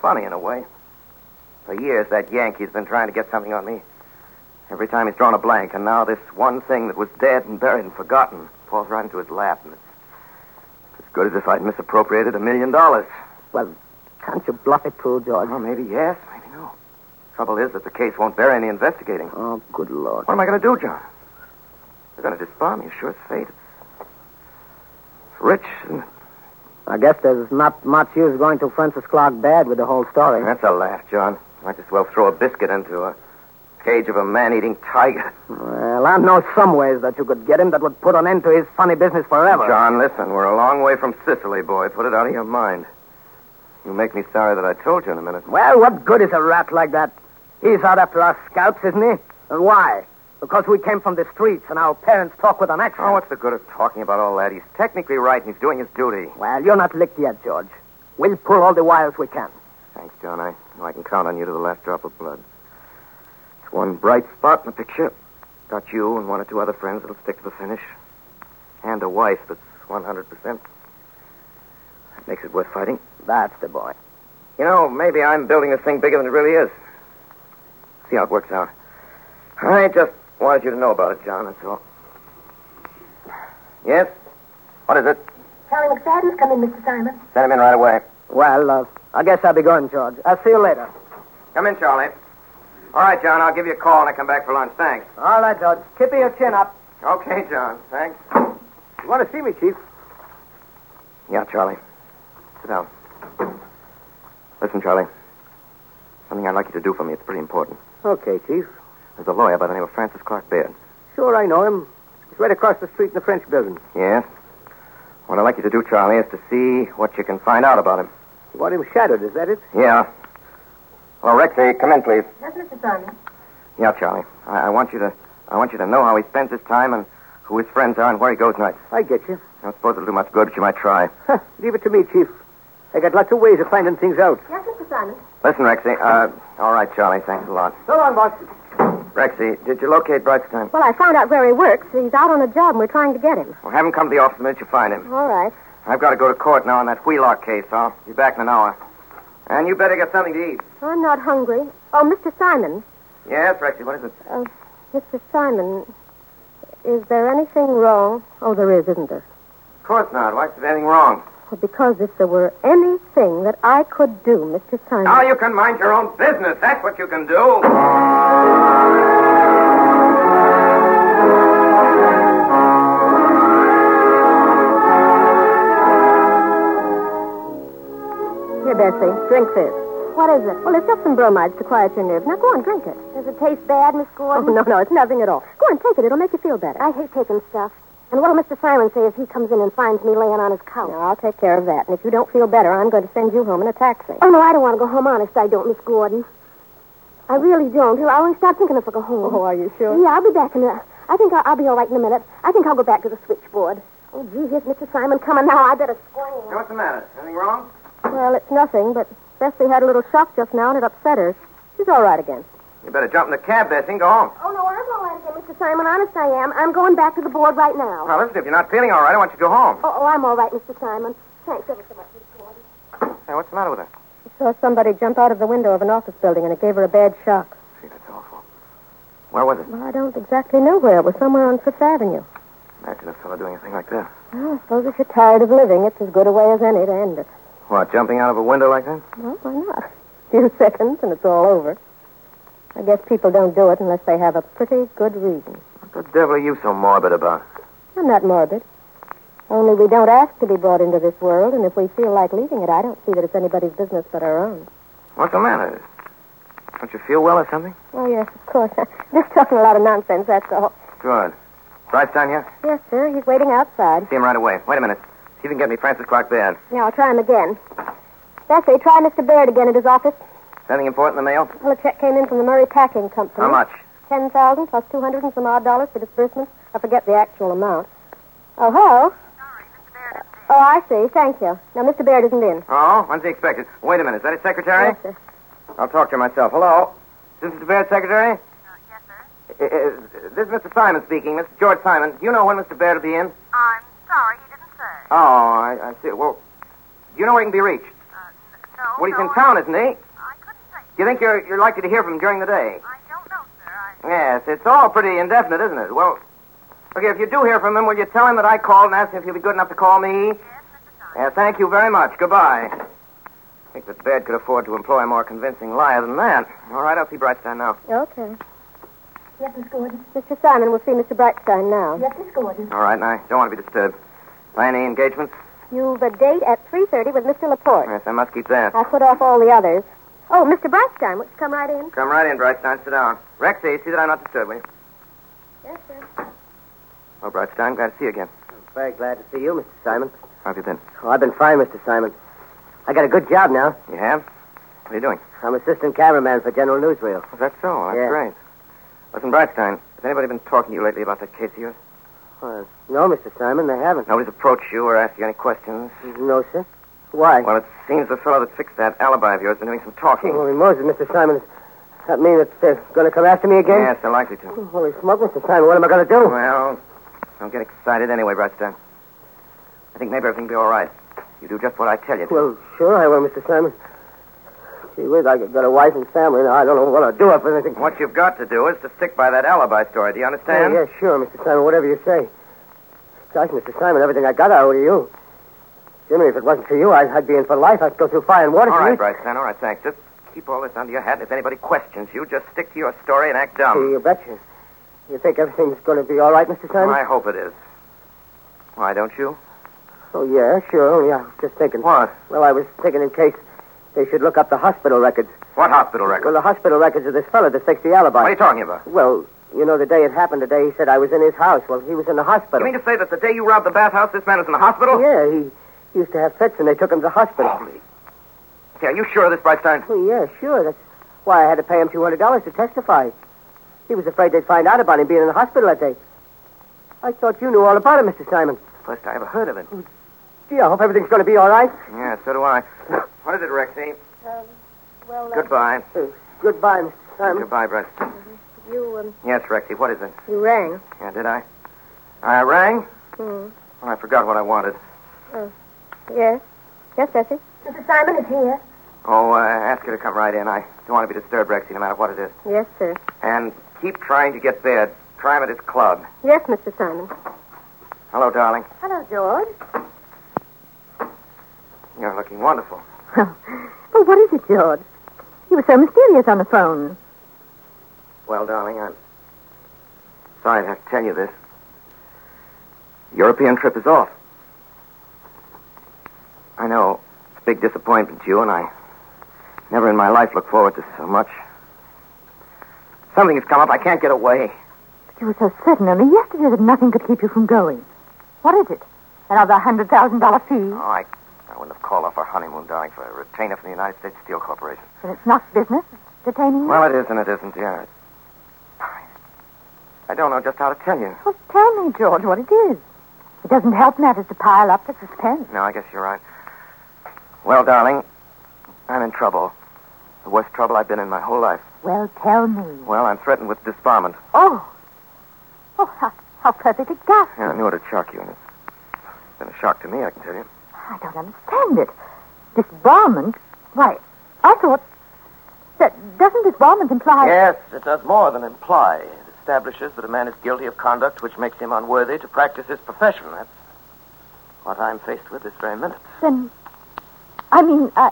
[SPEAKER 2] Funny in a way. For years that Yankee's been trying to get something on me. Every time he's drawn a blank, and now this one thing that was dead and buried and forgotten falls right into his lap, and it's as good as if I'd misappropriated a million dollars.
[SPEAKER 10] Well, can't you bluff it through, George?
[SPEAKER 2] Well, maybe yes, maybe no. Trouble is that the case won't bear any investigating.
[SPEAKER 10] Oh, good Lord.
[SPEAKER 2] What am I going to do, John? They're going to disbar me, sure as fate. It's rich, isn't it?
[SPEAKER 10] I guess there's not much use going to Francis Clark Bad with the whole story.
[SPEAKER 2] That's a laugh, John. Might as well throw a biscuit into a cage of a man-eating tiger.
[SPEAKER 10] Well, I know some ways that you could get him that would put an end to his funny business forever.
[SPEAKER 2] John, listen, we're a long way from Sicily, boy. Put it out of your mind. You make me sorry that I told you in a minute.
[SPEAKER 10] Well, what good is a rat like that? He's out after our scalps, isn't he? And why? Because we came from the streets and our parents talk with an accent.
[SPEAKER 2] Oh, what's the good of talking about all that? He's technically right and he's doing his duty.
[SPEAKER 10] Well, you're not licked yet, George. We'll pull all the wires we can.
[SPEAKER 2] Thanks, John. I know I can count on you to the last drop of blood. It's one bright spot in the picture. Got you and one or two other friends that'll stick to the finish. And a wife that's 100%. That makes it worth fighting.
[SPEAKER 10] That's the boy.
[SPEAKER 2] You know, maybe I'm building this thing bigger than it really is. See how it works out. I just wanted you to know about it, John, that's all. Yes? What is it?
[SPEAKER 6] Charlie McFadden's come in, Mr. Simon.
[SPEAKER 2] Send him in right away.
[SPEAKER 10] Well, uh, I guess I'll be going, George. I'll see you later.
[SPEAKER 2] Come in, Charlie. All right, John, I'll give you a call when I come back for lunch. Thanks.
[SPEAKER 10] All right, George. Tippy your chin up.
[SPEAKER 2] Okay, John. Thanks.
[SPEAKER 10] You want to see me, Chief?
[SPEAKER 2] Yeah, Charlie. Sit down. Listen, Charlie. Something I'd like you to do for me. It's pretty important.
[SPEAKER 10] Okay, Chief.
[SPEAKER 2] There's a lawyer by the name of Francis Clark Beard.
[SPEAKER 10] Sure, I know him. He's right across the street in the French building.
[SPEAKER 2] Yes? What I'd like you to do, Charlie, is to see what you can find out about him.
[SPEAKER 10] You want him shadowed, is that it?
[SPEAKER 2] Yeah. Well, Rexy, come in, please.
[SPEAKER 6] Yes, Mr. Simon.
[SPEAKER 2] Yeah, Charlie. I, I want you to I want you to know how he spends his time and who his friends are and where he goes nights.
[SPEAKER 10] I get you.
[SPEAKER 2] I don't suppose it'll do much good, but you might try.
[SPEAKER 10] Huh, leave it to me, Chief. I got lots of ways of finding things out.
[SPEAKER 6] Yes, Mr. Simon.
[SPEAKER 2] Listen, Rexy. Uh, all right, Charlie. Thanks a lot.
[SPEAKER 10] So long, boss.
[SPEAKER 2] Rexy, did you locate Brightstein?
[SPEAKER 5] Well, I found out where he works. He's out on a job, and we're trying to get him.
[SPEAKER 2] Well, have him come to the office the minute you find him.
[SPEAKER 5] All right.
[SPEAKER 2] I've got to go to court now on that Wheelock case. I'll be back in an hour. And you better get something to eat.
[SPEAKER 5] I'm not hungry. Oh, Mr. Simon.
[SPEAKER 2] Yes, Rexy, what is it?
[SPEAKER 5] Mr. Simon, is there anything wrong? Oh, there is, isn't there?
[SPEAKER 2] Of course not. Why is there anything wrong?
[SPEAKER 5] Well, because if there were anything that I could do, Mr. Simon.
[SPEAKER 2] Now you can mind your own business. That's what you can do.
[SPEAKER 5] Oh, Here, Bessie, drink this. What is it? Well, it's just some bromides to quiet your nerves. Now go on, drink it. Does it taste bad, Miss Gordon? Oh, no, no, it's nothing at all. Go on, take it. It'll make you feel better. I hate taking stuff. And what'll Mr. Simon say if he comes in and finds me laying on his couch? No, I'll take care of that. And if you don't feel better, I'm going to send you home in a taxi. Oh, no, I don't want to go home, honest. I don't, Miss Gordon. I really don't. Here, I'll only start thinking if I go home.
[SPEAKER 11] Oh, are you sure?
[SPEAKER 5] Yeah, I'll be back in a... I think I'll, I'll be all right in a minute. I think I'll go back to the switchboard. Oh, gee, here's Mr. Simon coming now. I better scream.
[SPEAKER 2] What's the matter? Anything wrong?
[SPEAKER 5] Well, it's nothing, but Bessie had a little shock just now, and it upset her. She's all right again.
[SPEAKER 2] You better jump in the cab, Bessie, and go home.
[SPEAKER 5] Oh, no, I'm all right again, Mr. Simon. Honest, I am. I'm going back to the board right now.
[SPEAKER 2] Now, listen, if you're not feeling all right, I want you to go home.
[SPEAKER 5] Oh, oh I'm all right, Mr. Simon. Thanks ever so much, Miss Gordon.
[SPEAKER 2] Hey, what's the matter with her?
[SPEAKER 5] She saw somebody jump out of the window of an office building, and it gave her a bad shock.
[SPEAKER 2] Gee, that's awful. Where was it?
[SPEAKER 5] Well, I don't exactly know where. It was somewhere on Fifth Avenue.
[SPEAKER 2] Imagine a fellow doing a thing like that.
[SPEAKER 5] Well, I suppose if you're tired of living, it's as good a way as any to end it.
[SPEAKER 2] What, jumping out of a window like that?
[SPEAKER 5] Well, why not? A few seconds, and it's all over. I guess people don't do it unless they have a pretty good reason.
[SPEAKER 2] What the devil are you so morbid about?
[SPEAKER 5] I'm not morbid. Only we don't ask to be brought into this world, and if we feel like leaving it, I don't see that it's anybody's business but our own.
[SPEAKER 2] What's the matter? Don't you feel well or something?
[SPEAKER 5] Oh, yes, of course. Just talking a lot of nonsense, that's all.
[SPEAKER 2] Good. Bryce down here?
[SPEAKER 5] Yes, sir. He's waiting outside.
[SPEAKER 2] See him right away. Wait a minute. See if you can get me Francis Clark Baird.
[SPEAKER 5] Yeah, I'll try him again. Bessie, try Mr. Baird again at his office.
[SPEAKER 2] Anything important in the mail? Hmm?
[SPEAKER 5] Well, a check came in from the Murray Packing Company.
[SPEAKER 2] How much?
[SPEAKER 5] Ten thousand plus two hundred and some odd dollars for disbursements. I forget the actual amount. Oh, hello. Sorry, Mr. Baird. Oh, I see. Thank you. Now, Mr. Baird isn't in.
[SPEAKER 2] Oh, when's he expected? Wait a minute. Is that his secretary?
[SPEAKER 5] Yes, sir.
[SPEAKER 2] I'll talk to her myself. Hello? Is this Mr. Baird, secretary? Uh, yes, sir. this is Mr. Simon speaking. Mr. George Simon. Do you know when Mr. Baird will be in?
[SPEAKER 12] I'm sorry, he didn't say. Uh,
[SPEAKER 2] Oh, I, I see. Well, do you know where he can be reached?
[SPEAKER 12] No,
[SPEAKER 2] Well, he's
[SPEAKER 12] no,
[SPEAKER 2] in town, isn't he?
[SPEAKER 12] I couldn't say.
[SPEAKER 2] Do you think you're, you're likely to hear from him during the day?
[SPEAKER 12] I don't know, sir. I,
[SPEAKER 2] Yes, it's all pretty indefinite, isn't it? Well, okay, if you do hear from him, will you tell him that I called and asked him if he'll be good enough to call me? Yes, Yeah, thank you very much. Goodbye. I think that Baird could afford to employ a more convincing liar than that. All right, I'll see Brightstein now.
[SPEAKER 5] Okay.
[SPEAKER 6] Yes, Miss Gordon.
[SPEAKER 5] Mr. Simon will see Mr. Brightstein now.
[SPEAKER 6] Yes, Miss Gordon.
[SPEAKER 2] All right, and I don't want to be disturbed. By any engagements?
[SPEAKER 5] You've a date at 3.30 with Mr. Laporte.
[SPEAKER 2] Yes, I must keep that.
[SPEAKER 5] I put off all the others. Oh, Mr. Brightstein, won't you come right in?
[SPEAKER 2] Come right in, Brightstein. Sit down. Rexy, see that I'm not disturbed, will you?
[SPEAKER 5] Yes, sir.
[SPEAKER 2] Well, Brightstein, glad to see you again.
[SPEAKER 8] Very glad to see you, Mr. Simon.
[SPEAKER 2] How have you been?
[SPEAKER 8] Oh, I've been fine, Mr. Simon. I got a good job now.
[SPEAKER 2] You have? What are you doing?
[SPEAKER 8] I'm assistant cameraman for General Newsreel.
[SPEAKER 2] Is that so? Oh, That's
[SPEAKER 8] Yeah.
[SPEAKER 2] great. Listen, Brightstein, has anybody been talking to you lately about that case of yours?
[SPEAKER 8] Uh, no, Mr. Simon, they haven't.
[SPEAKER 2] Nobody's approached you or asked you any questions?
[SPEAKER 8] No, sir. Why?
[SPEAKER 2] Well, it seems the fellow that fixed that alibi of yours has been doing some talking.
[SPEAKER 8] Holy Moses, Mr. Simon. Does that mean that they're going to come after me again?
[SPEAKER 2] Yes, they're likely to.
[SPEAKER 8] Holy smoke, Mr. Simon, what am I going to do?
[SPEAKER 2] Well, don't get excited anyway, Brightstein. I think maybe everything'll be all right. You do just what I tell you to.
[SPEAKER 8] Well, sure I will, Mr. Simon. Gee whiz, I got a wife and family now. I don't know what I'll do if anything.
[SPEAKER 2] what you've got to do is to stick by that alibi story. Do you
[SPEAKER 8] Yeah,
[SPEAKER 2] understand?
[SPEAKER 8] Oh, yeah, sure, Mr. Simon, whatever you say. Gosh, Mr. Simon, everything I got I owe to you. Jimmy, if it wasn't for you, I'd, I'd be in for life. I'd go through fire and water.
[SPEAKER 2] All
[SPEAKER 8] for
[SPEAKER 2] right,
[SPEAKER 8] you.
[SPEAKER 2] Brightstein. All right, thanks. Just keep all this under your hat. If anybody questions you, just stick to your story and act dumb.
[SPEAKER 8] Gee, you betcha. You think everything's going to be all right, Mr.
[SPEAKER 2] Well,
[SPEAKER 8] Simon?
[SPEAKER 2] I hope it is. Why don't you?
[SPEAKER 8] Oh, yeah, sure. Only I was just thinking.
[SPEAKER 2] What?
[SPEAKER 8] Well, I was thinking in case they should look up the hospital records.
[SPEAKER 2] What hospital record?
[SPEAKER 8] Well, the hospital records of this fellow that fixed the alibi.
[SPEAKER 2] what are you talking about?
[SPEAKER 8] Well, you know, the day it happened today, he said I was in his house. Well, he was in the hospital.
[SPEAKER 2] You mean to say that the day you robbed the bathhouse, this man was in the hospital?
[SPEAKER 8] Yeah, he used to have fits, and they took him to the hospital.
[SPEAKER 2] Holy. Yeah, are you sure of this, Brightstein?
[SPEAKER 8] Well,
[SPEAKER 10] Oh,
[SPEAKER 8] yeah, sure. That's why I had to pay him two hundred dollars to testify. He was afraid they'd find out about him being in the hospital that day. I thought you knew all about it, Mr. Simon.
[SPEAKER 2] First I ever heard of it.
[SPEAKER 8] Gee, I hope everything's going to be all right.
[SPEAKER 2] Yeah, so do I. What is it, Rexy?
[SPEAKER 5] Um, Well, uh,
[SPEAKER 2] Goodbye.
[SPEAKER 8] Goodbye, Mr. Simon.
[SPEAKER 2] Goodbye, Brightstein.
[SPEAKER 5] you, um,
[SPEAKER 2] Yes, Rexy, what is it?
[SPEAKER 5] you rang.
[SPEAKER 2] Yeah, did I? I rang?
[SPEAKER 5] Hmm. Oh.
[SPEAKER 2] Well, I forgot what I wanted.
[SPEAKER 5] Yes? Yes, Bessie?
[SPEAKER 6] Mr. Simon is here.
[SPEAKER 2] Oh, uh, ask her to come right in. I don't want to be disturbed, Rexy, no matter what it is.
[SPEAKER 5] Yes, sir.
[SPEAKER 2] And keep trying to get Baird. Try him at his club.
[SPEAKER 5] Yes, Mr. Simon.
[SPEAKER 2] Hello, darling.
[SPEAKER 5] Hello, George.
[SPEAKER 2] You're looking wonderful.
[SPEAKER 11] Well, what is it, George? You were so mysterious on the phone.
[SPEAKER 2] Well, darling, I'm sorry to have to tell you this. European trip is off. I know it's a big disappointment to you, and I never in my life looked forward to so much. Something has come up. I can't get away.
[SPEAKER 11] But you were so certain only yesterday that nothing could keep you from going. What is it? Another hundred thousand dollar
[SPEAKER 2] Oh,
[SPEAKER 11] fee?
[SPEAKER 2] I, I wouldn't have called off our honeymoon, darling, for a retainer from the United States Steel Corporation.
[SPEAKER 11] Then it's not business. It's detaining you.
[SPEAKER 2] Well, it is and it isn't, yeah. I don't know just how to tell you.
[SPEAKER 11] Well, tell me, George, what it is. It doesn't help matters to pile up the suspense.
[SPEAKER 2] No, I guess you're right. Well, darling, I'm in trouble. The worst trouble I've been in my whole life.
[SPEAKER 11] Well, tell me.
[SPEAKER 2] Well, I'm threatened with disbarment.
[SPEAKER 11] Oh. Oh, how, how perfect it got.
[SPEAKER 2] Yeah, I knew it'd shock you. and It's been a shock to me, I can tell you.
[SPEAKER 11] I don't understand it. Disbarment? Why, I thought that doesn't disbarment imply
[SPEAKER 2] Yes, it does more than imply. It establishes that a man is guilty of conduct which makes him unworthy to practice his profession. That's what I'm faced with this very minute.
[SPEAKER 11] then I mean I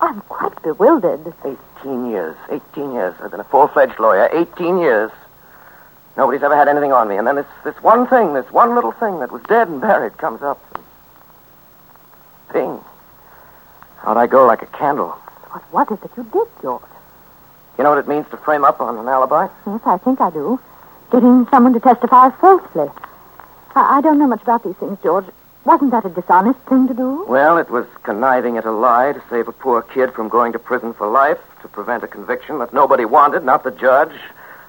[SPEAKER 13] I'm quite bewildered.
[SPEAKER 2] 18 years. 18 years. I've been a full fledged lawyer. 18 years. Nobody's ever had anything on me. And then this, this one thing, this one little thing that was dead and buried comes up. Ping. Out I go like a candle.
[SPEAKER 13] What was it that you did, George?
[SPEAKER 2] You know what it means to frame up on an alibi?
[SPEAKER 13] Yes, I think I do. Getting someone to testify falsely. I, I don't know much about these things, George. Wasn't that a dishonest thing to do?
[SPEAKER 2] Well, it was conniving at a lie to save a poor kid from going to prison for life, to prevent a conviction that nobody wanted, not the judge,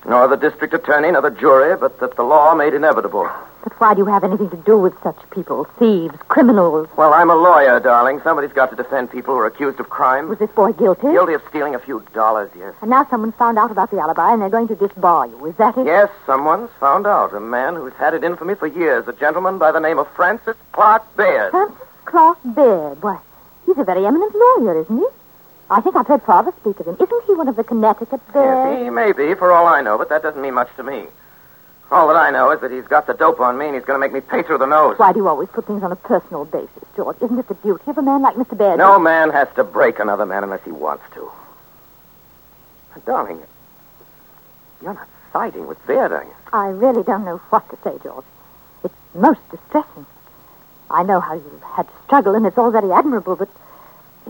[SPEAKER 2] nor the district attorney, nor the jury, but that the law made inevitable.
[SPEAKER 13] But why do you have anything to do with such people? Thieves, criminals.
[SPEAKER 2] Well, I'm a lawyer, darling. Somebody's got to defend people who are accused of crime.
[SPEAKER 13] Was this boy guilty?
[SPEAKER 2] Guilty of stealing a few dollars, yes.
[SPEAKER 13] And now someone's found out about the alibi and they're going to disbar you. Is that it?
[SPEAKER 2] Yes, someone's found out. A man who's had it in for me for years, a gentleman by the name of Francis Clark Baird.
[SPEAKER 13] Francis Clark Baird. Why, he's a very eminent lawyer, isn't he? I think I've heard father speak of him. Isn't he one of the Connecticut Bairds?
[SPEAKER 2] Yes, he may be, for all I know, but that doesn't mean much to me. All that I know is that he's got the dope on me and he's going to make me pay through the nose.
[SPEAKER 13] Why do you always put things on a personal basis, George? Isn't it the duty of a man like Mr. Baird?
[SPEAKER 2] No man has to break another man unless he wants to. But darling, you're not siding with Baird, are you?
[SPEAKER 13] I really don't know what to say, George. It's most distressing. I know how you've had to struggle, and it's all very admirable, but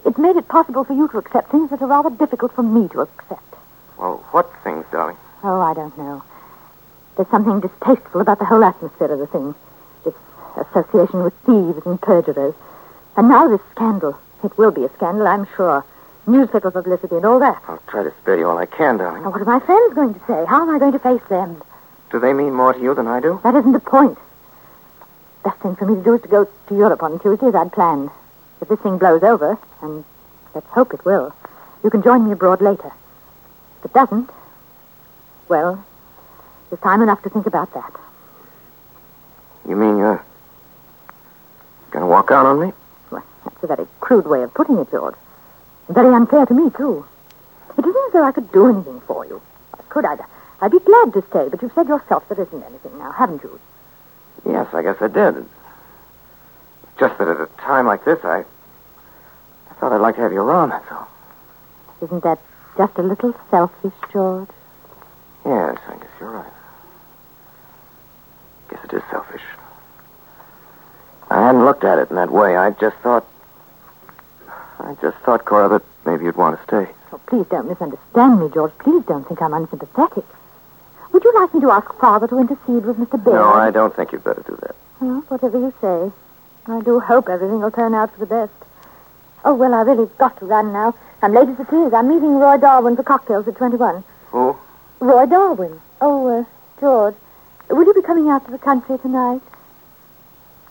[SPEAKER 13] it's made it possible for you to accept things that are rather difficult for me to accept.
[SPEAKER 2] Well, what things, darling?
[SPEAKER 13] Oh, I don't know. There's something distasteful about the whole atmosphere of the thing. This association with thieves and perjurers. And now this scandal. It will be a scandal, I'm sure. Newspaper publicity and all that.
[SPEAKER 2] I'll try to spare you all I can, darling.
[SPEAKER 13] Now, what are my friends going to say? How am I going to face them?
[SPEAKER 2] Do they mean more to you than I do?
[SPEAKER 13] That isn't the point. Best thing for me to do is to go to Europe on Tuesday as I'd planned. If this thing blows over, and let's hope it will, you can join me abroad later. If it doesn't, well, there's time enough to think about that.
[SPEAKER 2] You mean you're going to walk out on me?
[SPEAKER 13] Well, that's a very crude way of putting it, George. And very unfair to me, too. It isn't as though I could do anything for you. Why Could I? I'd be glad to stay, but you've said yourself there isn't anything now, haven't you?
[SPEAKER 2] Yes, I guess I did. Just that at a time like this, I, I thought I'd like to have you around, that's all.
[SPEAKER 13] Isn't that just a little selfish, George?
[SPEAKER 2] Yes, I guess you're right. Guess it is selfish. I hadn't looked at it in that way. I just thought. I just thought, Cora, that maybe you'd want to stay.
[SPEAKER 13] Oh, please don't misunderstand me, George. Please don't think I'm unsympathetic. Would you like me to ask Father to intercede with Mr. Baird?
[SPEAKER 2] No, I don't think you'd better do that.
[SPEAKER 13] Well, whatever you say. I do hope everything will turn out for the best. Oh, well, I really got to run now. I'm late as it is. I'm meeting Roy Darwin for cocktails at 21.
[SPEAKER 2] Who?
[SPEAKER 13] Roy Darwin. Oh, uh, George, will you be coming out to the country tonight?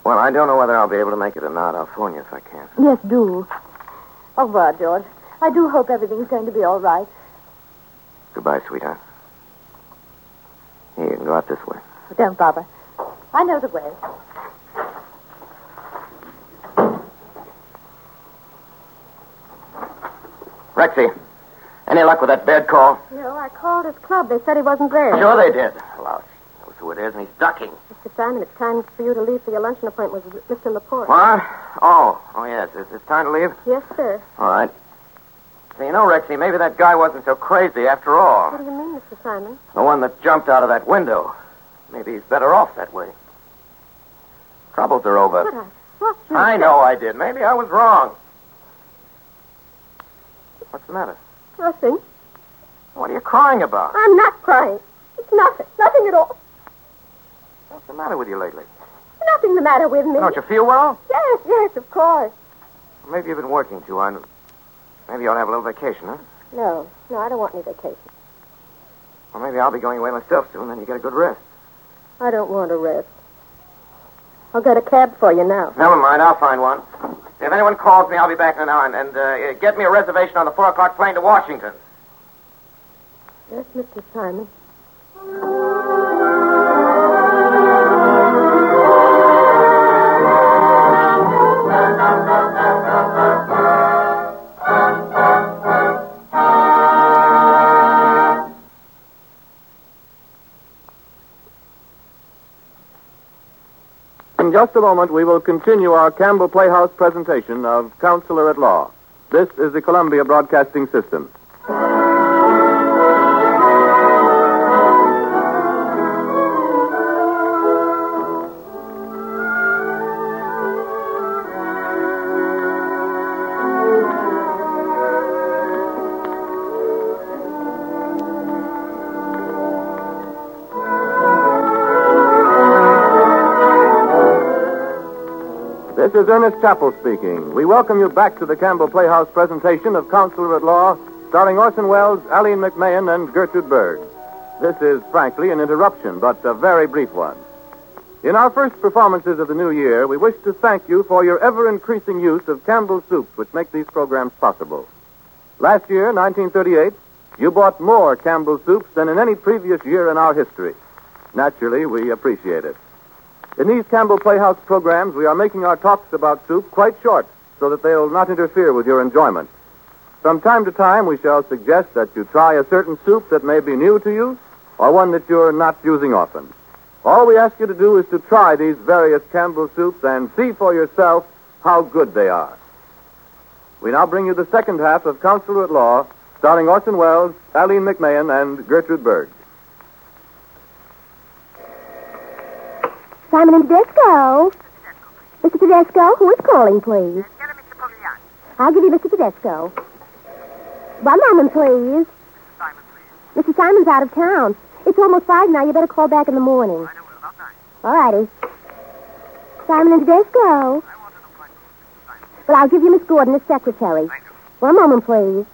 [SPEAKER 2] Well, I don't know whether I'll be able to make it or not. I'll phone you if I can.
[SPEAKER 13] Yes, do. Oh, well, George, I do hope everything's going to be all right.
[SPEAKER 2] Goodbye, sweetheart. Here, you can go out this way.
[SPEAKER 13] But don't bother. I know the way.
[SPEAKER 2] Rexy, any luck with that bed call?
[SPEAKER 5] No, I called his club. They said he wasn't there.
[SPEAKER 2] Sure they did. Lousy knows who it is, and he's ducking.
[SPEAKER 5] Mr. Simon, it's time for you to leave for your luncheon appointment with Mr. Laporte.
[SPEAKER 2] What? Oh, oh yes. Is it time to leave?
[SPEAKER 5] Yes, sir.
[SPEAKER 2] All right. So you know, Rexy, maybe that guy wasn't so crazy after
[SPEAKER 5] What
[SPEAKER 2] all.
[SPEAKER 5] do you mean, Mr. Simon?
[SPEAKER 2] The one that jumped out of that window. Maybe he's better off that way. Troubles are over.
[SPEAKER 5] But I thought you
[SPEAKER 2] I know I did. Maybe I was wrong. What's the matter?
[SPEAKER 5] Nothing.
[SPEAKER 2] What are you crying about?
[SPEAKER 5] I'm not crying. It's nothing. Nothing at all.
[SPEAKER 2] What's the matter with you lately?
[SPEAKER 5] Nothing the matter with me.
[SPEAKER 2] Don't you feel well?
[SPEAKER 5] Yes, yes, of course.
[SPEAKER 2] Maybe you've been working too hard. Maybe you'll have a little vacation, huh?
[SPEAKER 5] No, no, I don't want any vacation.
[SPEAKER 2] Or maybe I'll be going away myself soon, then you get a good rest.
[SPEAKER 5] I don't want to rest. I'll get a cab for you now.
[SPEAKER 2] Never mind, I'll find one. If anyone calls me, I'll be back in an hour. And, and uh, get me a reservation on the 4 o'clock plane to Washington.
[SPEAKER 5] Yes, Mr. Simon.
[SPEAKER 1] In just a moment, we will continue our Campbell Playhouse presentation of Counselor at Law. This is the Columbia Broadcasting System. This is Ernest Chappell speaking. We welcome you back to the Campbell Playhouse presentation of Counselor at Law, starring Orson Welles, Aline McMahon, and Gertrude Berg. This is, frankly, an interruption, but a very brief one. In our first performances of the new year, we wish to thank you for your ever increasing use of Campbell soups, which make these programs possible. Last year, 1938, you bought more Campbell soups than in any previous year in our history. Naturally, we appreciate it. In these Campbell Playhouse programs, we are making our talks about soup quite short so that they'll not interfere with your enjoyment. From time to time, we shall suggest that you try a certain soup that may be new to you or one that you're not using often. All we ask you to do is to try these various Campbell soups and see for yourself how good they are. We now bring you the second half of Counselor at Law, starring Orson Welles, Aline McMahon, and Gertrude Berg.
[SPEAKER 6] Simon and Tedesco. Mr. Tedesco, who is calling, please? I'll give you Mr. Tedesco. One moment, please. Mr. Simon's out of town. It's almost five now. You better call back in the morning. All righty. Simon and Tedesco. Well, I'll give you Miss Gordon, as secretary. One moment, please.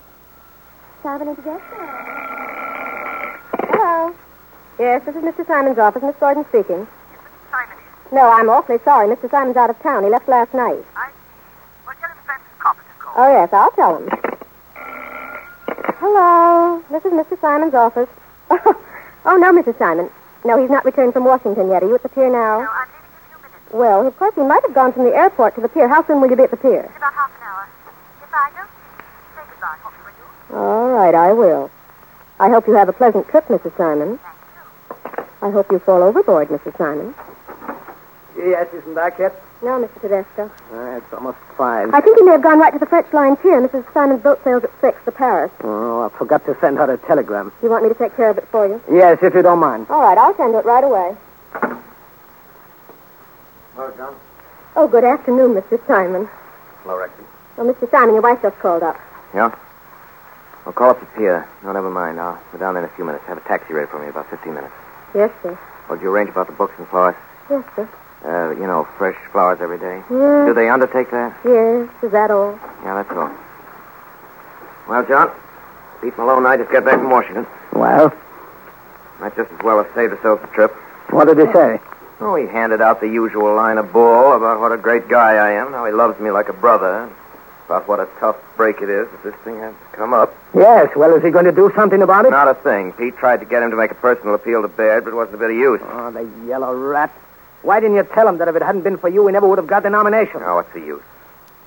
[SPEAKER 5] Simon and Hello. Yes, this is Mr. Simon's office. Miss Gordon speaking. No, I'm awfully sorry. Mr. Simon's out of town. He left last night. Oh, yes, I'll tell him. Hello. This is Mr. Simon's office. oh, no, Mrs. Simon. No, he's not returned from Washington yet. Are you at the pier now? No, I'm leaving in a few minutes. Well, of course, he might have gone from the airport to the pier. How soon will you be at the pier?
[SPEAKER 12] About half an hour. If I don't say goodbye for me, will you?
[SPEAKER 5] All right, I will. I hope you have a pleasant trip, Mrs. Simon. I hope you fall overboard, Mrs. Simon.
[SPEAKER 10] Yes, isn't that it?
[SPEAKER 5] No, Mr. Tedesco.
[SPEAKER 10] Uh, it's almost five.
[SPEAKER 5] I think he may have gone right to the French line pier. Mrs. Simon's boat sails at six for Paris.
[SPEAKER 10] Oh, I forgot to send her a telegram.
[SPEAKER 5] You want me to take care of it for you?
[SPEAKER 10] Yes, if you don't mind.
[SPEAKER 5] All right, I'll send it right away.
[SPEAKER 2] Hello, John.
[SPEAKER 5] Oh, good afternoon, Mr. Simon.
[SPEAKER 2] Hello, Rexy.
[SPEAKER 5] Oh, Mr. Simon, your wife just called up.
[SPEAKER 2] Yeah? I'll call up the pier. No, never mind. I'll go down there in a few minutes. Have a taxi ready for me, about 15 minutes.
[SPEAKER 5] Yes, sir.
[SPEAKER 2] Well, did you arrange about the books and flowers?
[SPEAKER 5] Yes, sir.
[SPEAKER 2] Uh, you know, fresh flowers every day.
[SPEAKER 5] Yes.
[SPEAKER 2] Do they undertake that?
[SPEAKER 5] Yes, is that all?
[SPEAKER 2] Yeah, that's all. Well, John, Pete Malone and I just got back from Washington.
[SPEAKER 8] Well,
[SPEAKER 2] Might just as well have saved ourselves the trip.
[SPEAKER 8] what did he say?
[SPEAKER 2] Oh, he handed out the usual line of bull about what a great guy I am, and how he loves me like a brother, about what a tough break it is if this thing has to come up.
[SPEAKER 8] Yes, well, is he going to do something about it?
[SPEAKER 2] Not a thing. Pete tried to get him to make a personal appeal to Baird, but it wasn't a bit of use.
[SPEAKER 10] Oh, the yellow rat. Why didn't you tell him that if it hadn't been for you, he never would have got the nomination?
[SPEAKER 2] Oh, what's the use?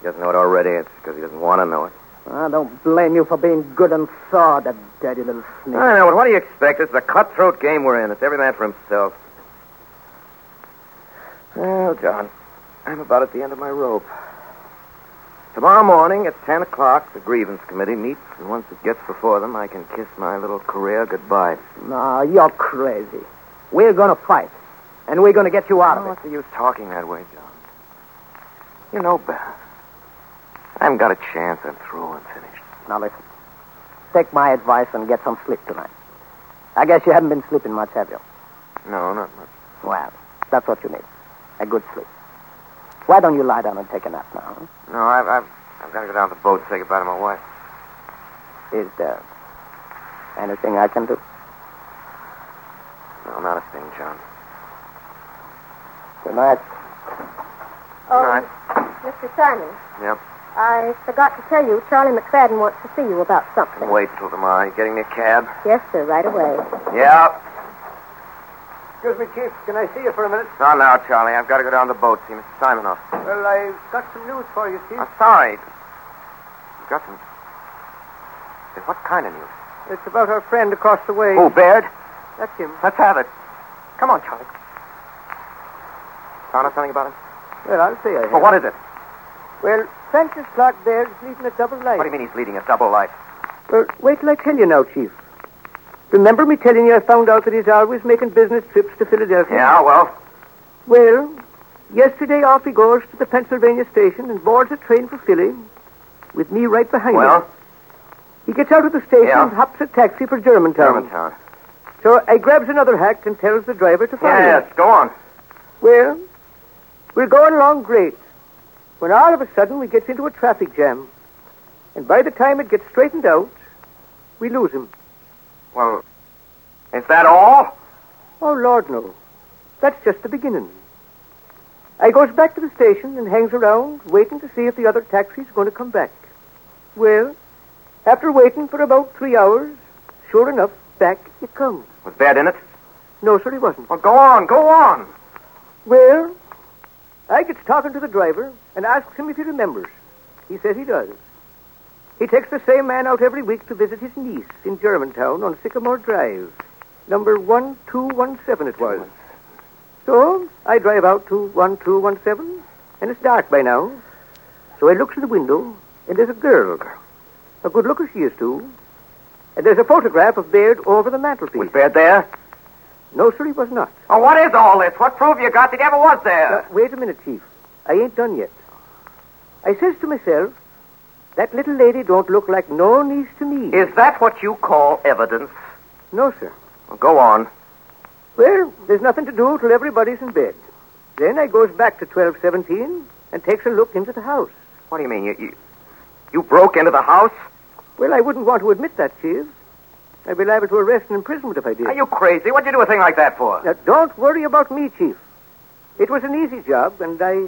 [SPEAKER 2] He doesn't know it already. It's because he doesn't want to know it.
[SPEAKER 10] I Ah, don't blame you for being good and sore, that dirty little sneak.
[SPEAKER 2] I know, but what do you expect? It's a cutthroat game we're in. It's every man for himself. Well, John, I'm about at the end of my rope. Tomorrow morning at 10 o'clock, the grievance committee meets, and once it gets before them, I can kiss my little career goodbye.
[SPEAKER 10] No, Ah, you're crazy. We're going to fight, and we're going to get you out
[SPEAKER 2] Oh,
[SPEAKER 10] of it.
[SPEAKER 2] what's the use talking that way, John? You know better. I haven't got a chance. I'm through. I'm finished.
[SPEAKER 10] Oh, Now, listen. Take my advice and get some sleep tonight. I guess you haven't been sleeping much, have you?
[SPEAKER 2] No, not much.
[SPEAKER 10] Well, that's what you need. A good sleep. Why don't you lie down and take a nap now? huh?
[SPEAKER 2] No, I've, I've, I've got to go down to the boat and say goodbye to my wife.
[SPEAKER 10] Is there anything I can do?
[SPEAKER 2] No, not a thing, John.
[SPEAKER 10] Good night.
[SPEAKER 5] Oh,
[SPEAKER 2] Night.
[SPEAKER 5] Mr. Simon,
[SPEAKER 2] Yep.
[SPEAKER 5] I forgot to tell you, Charlie McFadden wants to see you about something.
[SPEAKER 2] Wait till tomorrow. You getting me a cab?
[SPEAKER 5] Yes, sir, right away.
[SPEAKER 2] Yeah.
[SPEAKER 14] Excuse me, Chief. Can I see you for a minute?
[SPEAKER 2] Not now, Charlie. I've got to go down to the boat, see Mr. Simonoff.
[SPEAKER 14] Well, I've got some news for you, Chief.
[SPEAKER 2] I'm sorry. You've got some. Say, What kind of news?
[SPEAKER 14] It's about our friend across the way.
[SPEAKER 2] Who, Baird?
[SPEAKER 14] That's him.
[SPEAKER 2] Let's have it. Come on, Charlie. Found out something about him?
[SPEAKER 14] Well, I'll say I have.
[SPEAKER 2] Well, what is it?
[SPEAKER 15] Well, Francis Clark there is leading a double life.
[SPEAKER 7] What do you mean he's leading a double life?
[SPEAKER 15] Well, wait till I tell you now, Chief. Remember me telling you I found out that he's always making business trips to Philadelphia?
[SPEAKER 7] Yeah, well,
[SPEAKER 15] Well, yesterday off he goes to the Pennsylvania station and boards a train for Philly with me right behind him.
[SPEAKER 7] well,
[SPEAKER 15] He gets out of the station
[SPEAKER 7] Yeah.
[SPEAKER 15] and hops a taxi for Germantown.
[SPEAKER 7] Germantown.
[SPEAKER 15] So I grabs another hack and tells the driver to follow him.
[SPEAKER 7] Yes, go on.
[SPEAKER 15] Well, we're going along great. When all of a sudden we gets into a traffic jam. And by the time it gets straightened out, we lose him.
[SPEAKER 7] Well, is that all?
[SPEAKER 15] Oh, Lord, no. That's just the beginning. I goes back to the station and hangs around, waiting to see if the other taxi's going to come back. Well, after waiting for about three hours, sure enough, back it comes.
[SPEAKER 7] Was Baird in it?
[SPEAKER 15] No, sir, he wasn't.
[SPEAKER 7] Well, go on, go on.
[SPEAKER 15] Well, I gets talking to the driver and asks him if he remembers. He says he does. He takes the same man out every week to visit his niece in Germantown on Sycamore Drive. Number 1217 it was. So I drive out to 1217, and it's dark by now. So I look through the window, and there's a girl. A good looker she is, too. And there's a photograph of Baird over the mantelpiece. Was
[SPEAKER 7] Baird there?
[SPEAKER 15] No, sir, he was not.
[SPEAKER 7] Oh, what is all this? What proof you got that he ever was there?
[SPEAKER 15] Now, wait a minute, Chief. I ain't done yet. I says to myself, that little lady don't look like no niece to me.
[SPEAKER 7] Is that what you call evidence?
[SPEAKER 15] No, sir.
[SPEAKER 7] Well, go on.
[SPEAKER 15] Well, there's nothing to do till everybody's in bed. Then I goes back to 1217 and takes a look into the house.
[SPEAKER 7] What do you mean? You, you, you broke into the house?
[SPEAKER 15] Well, I wouldn't want to admit that, Chief. I'd be liable to arrest and imprisonment if I did.
[SPEAKER 7] Are you crazy? What'd you do a thing like that for?
[SPEAKER 15] Now, don't worry about me, Chief. It was an easy job, and I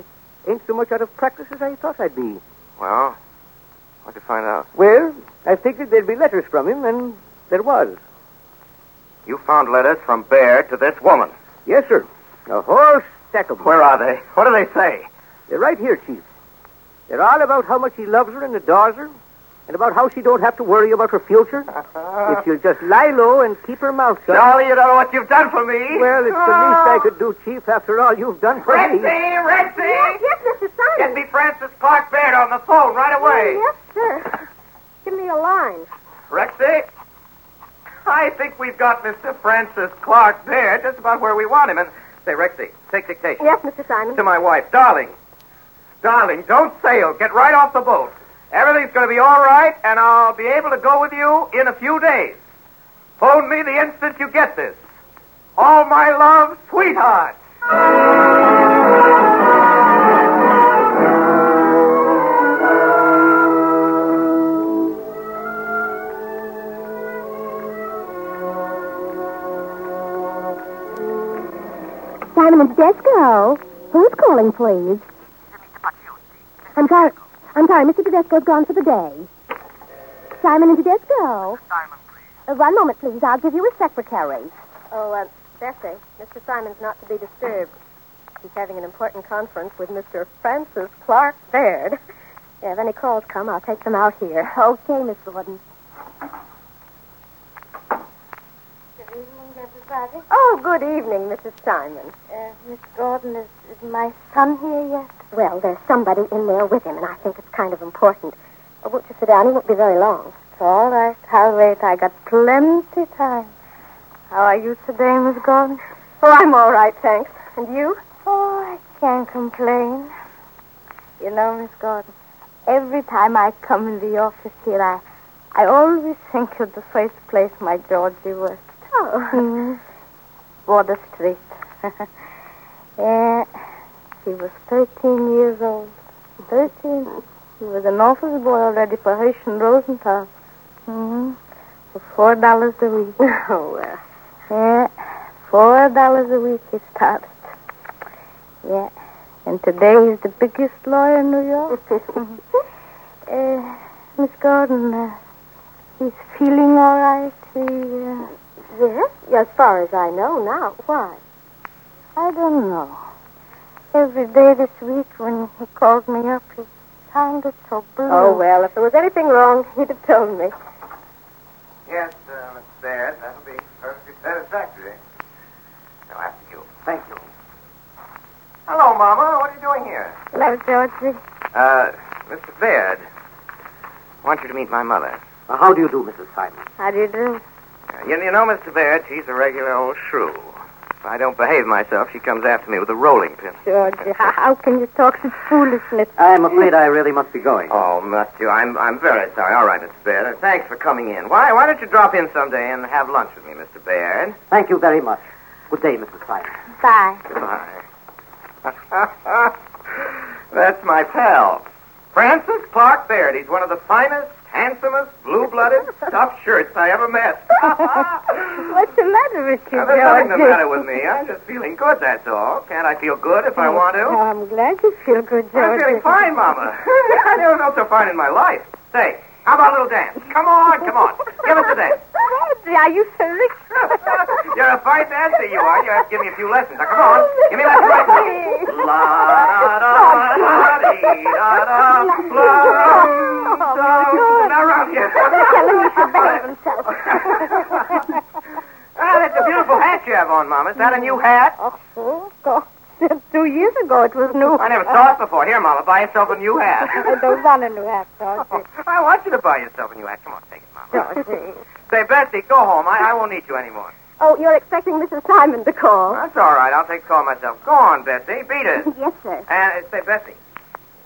[SPEAKER 15] ain't so much out of practice as I thought I'd be.
[SPEAKER 7] Well, what'd you find out?
[SPEAKER 15] Well, I figured there'd be letters from him, and there was.
[SPEAKER 7] You found letters from Baird to this woman.
[SPEAKER 15] Yes, sir. A whole stack of them.
[SPEAKER 7] Where are they? What do they say?
[SPEAKER 15] They're right here, Chief. They're all about how much he loves her and adores her, and about how she don't have to worry about her future. if you'll just lie low and keep her mouth shut.
[SPEAKER 7] Charlie, you don't know what you've done for me.
[SPEAKER 15] Well, it's the least I could do, Chief, after all you've done for
[SPEAKER 7] Ritzy,
[SPEAKER 15] me.
[SPEAKER 7] Ritzy! Yes,
[SPEAKER 5] yes, Mr.
[SPEAKER 7] Get
[SPEAKER 5] Simon.
[SPEAKER 7] me Francis Clark Baird on the phone right away.
[SPEAKER 5] Yes, sir. Give me a line.
[SPEAKER 7] Rexy, I think we've got Mr. Francis Clark Baird just about where we want him. And say, Rexy, take dictation.
[SPEAKER 5] Yes, Mr. Simon.
[SPEAKER 7] To my wife, darling, darling, don't sail. Get right off the boat. Everything's going to be all right, and I'll be able to go with you in a few days. Phone me the instant you get this. All my love, sweetheart.
[SPEAKER 6] Simon Tedesco. Who's calling, please? I'm sorry. I'm sorry. Mr. Tedesco's gone for the day. Simon and Tedesco.
[SPEAKER 12] Simon,
[SPEAKER 6] Uh, one moment, please. I'll give you a secretary.
[SPEAKER 5] Oh, uh, Bessie, Mr. Simon's not to be disturbed. He's having an important conference with Mr. Francis Clark Baird. Yeah, if any calls come, I'll take them out here.
[SPEAKER 6] Okay, Miss Gordon.
[SPEAKER 9] Good evening, everybody.
[SPEAKER 5] Oh, good evening, Mrs. Simon.
[SPEAKER 9] Uh, Miss Gordon, is, is my son here yet?
[SPEAKER 5] Well, there's somebody in there with him, and I think it's kind of important. Uh, won't you sit down? He won't be very long.
[SPEAKER 9] It's all right. I'll wait. I got plenty time. How are you today, Miss Gordon?
[SPEAKER 5] Oh, I'm all right, thanks. And you?
[SPEAKER 9] Oh, I can't complain. You know, Miss Gordon, every time I come in the office here, I, I always think of the first place my Georgie worked.
[SPEAKER 5] Oh.
[SPEAKER 9] Mhm. Border Street. yeah, she was 13 years old. 13. She was an office boy already for Hirsch and Rosenthal. hmm For four dollars a week.
[SPEAKER 5] Oh, uh,
[SPEAKER 9] Yeah, four dollars a week it started. Yeah, and today he's the biggest lawyer in New York. uh, Miss Gordon, uh, he's feeling all right. He, uh,
[SPEAKER 5] yes? As far as I know now. Why?
[SPEAKER 9] I don't know. Every day this week when he called me up, he sounded so blue.
[SPEAKER 5] Oh, well, if there was anything wrong, he'd have told me.
[SPEAKER 2] Yes, uh, Miss Baird, that'll be perfectly satisfactory. Now, after you. Thank you. Hello, Mama. What are you doing here?
[SPEAKER 9] Hello, Georgie.
[SPEAKER 2] Uh, Mr. Baird, I want you to meet my mother.
[SPEAKER 15] how do you do, Mrs. Simon?
[SPEAKER 9] How do you do?
[SPEAKER 2] You, you know, Mr. Baird, she's a regular old shrew. If I don't behave myself, she comes after me with a rolling pin.
[SPEAKER 9] George, h- how can you talk such foolishness?
[SPEAKER 15] I'm afraid I really must be going.
[SPEAKER 2] Oh, must you? I'm, I'm very sorry. All right, Mr. Baird. Uh, Thanks for coming in. Why, why don't you drop in someday and have lunch with me, Mr. Baird?
[SPEAKER 15] Thank you very much. Good day, Mrs. Simon.
[SPEAKER 9] Bye.
[SPEAKER 2] Goodbye. That's my pal. Francis Clark Baird. He's one of the finest, handsomest, blue-blooded, tough shirts I ever met.
[SPEAKER 9] What's the matter with you,
[SPEAKER 2] Now,
[SPEAKER 9] George?
[SPEAKER 2] there's nothing the matter with me. I'm just feeling good, that's all. Can't I feel good if I want
[SPEAKER 9] Oh,
[SPEAKER 2] to?
[SPEAKER 9] I'm glad you feel good,
[SPEAKER 2] I'm
[SPEAKER 9] George.
[SPEAKER 2] feeling fine, Mama. I never felt so fine in my life. Say, how about a little dance? Come on, come on. Give us a dance.
[SPEAKER 9] Daddy, are you serious?
[SPEAKER 2] You're a fine dancer, you are. You have to give me a few lessons. Now, come on. Give me lessons right now. La da da da dee, da da la da. Now round here.
[SPEAKER 9] Tell him he should behave himself.
[SPEAKER 2] Ah, that's a beautiful hat you have on, Mama. Is that a new hat?
[SPEAKER 9] Oh, God. Two years ago it was new.
[SPEAKER 2] I never saw it before. Here, Mama, buy yourself a new hat. Oh.
[SPEAKER 9] I don't want a new hat, George.
[SPEAKER 2] I want you to buy yourself a new hat. Come on, take it, Mama.
[SPEAKER 9] George.
[SPEAKER 2] Say, Bessie, go home. I, I won't need you anymore.
[SPEAKER 5] Oh, you're expecting Mrs. Simon to call.
[SPEAKER 2] That's all right. I'll take the call myself. Go on, Bessie. Beat it.
[SPEAKER 5] yes, sir.
[SPEAKER 2] And uh, say, Bessie,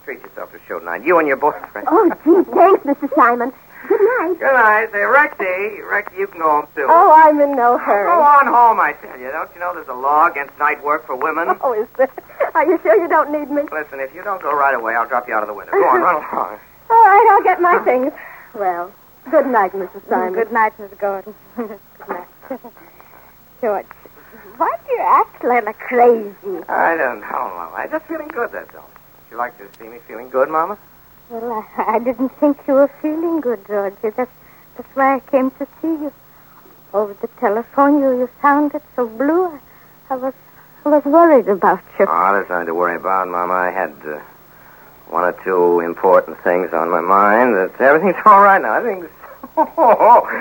[SPEAKER 2] treat yourself to show tonight. You and your boyfriend.
[SPEAKER 5] Oh, gee, thanks, Mr. Simon. Good night.
[SPEAKER 2] Good night. Say, Rexy, Rexy, you can go home too.
[SPEAKER 5] Oh, I'm in no hurry.
[SPEAKER 2] Go on home, I tell you. Don't you know there's a law against night work for women?
[SPEAKER 5] Oh, is there? Are you sure you don't need me?
[SPEAKER 2] Listen, if you don't go right away, I'll drop you out of the window. Go on, run along.
[SPEAKER 5] All right, I'll get my things. Well, good night, Mrs. Simon.
[SPEAKER 9] Good night, Miss Gordon. Good night. George, why do you act like a crazy?
[SPEAKER 2] I don't know, Mama. I'm just feeling good, that's all. Would you like to see me feeling good, Mama?
[SPEAKER 9] Well, I, I didn't think you were feeling good, George. That's, that's why I came to see you. Over the telephone, you, you sounded so blue. I, I was I was worried about you.
[SPEAKER 2] Oh, there's nothing to worry about, Mama. I had uh, one or two important things on my mind. That everything's all right now. Everything's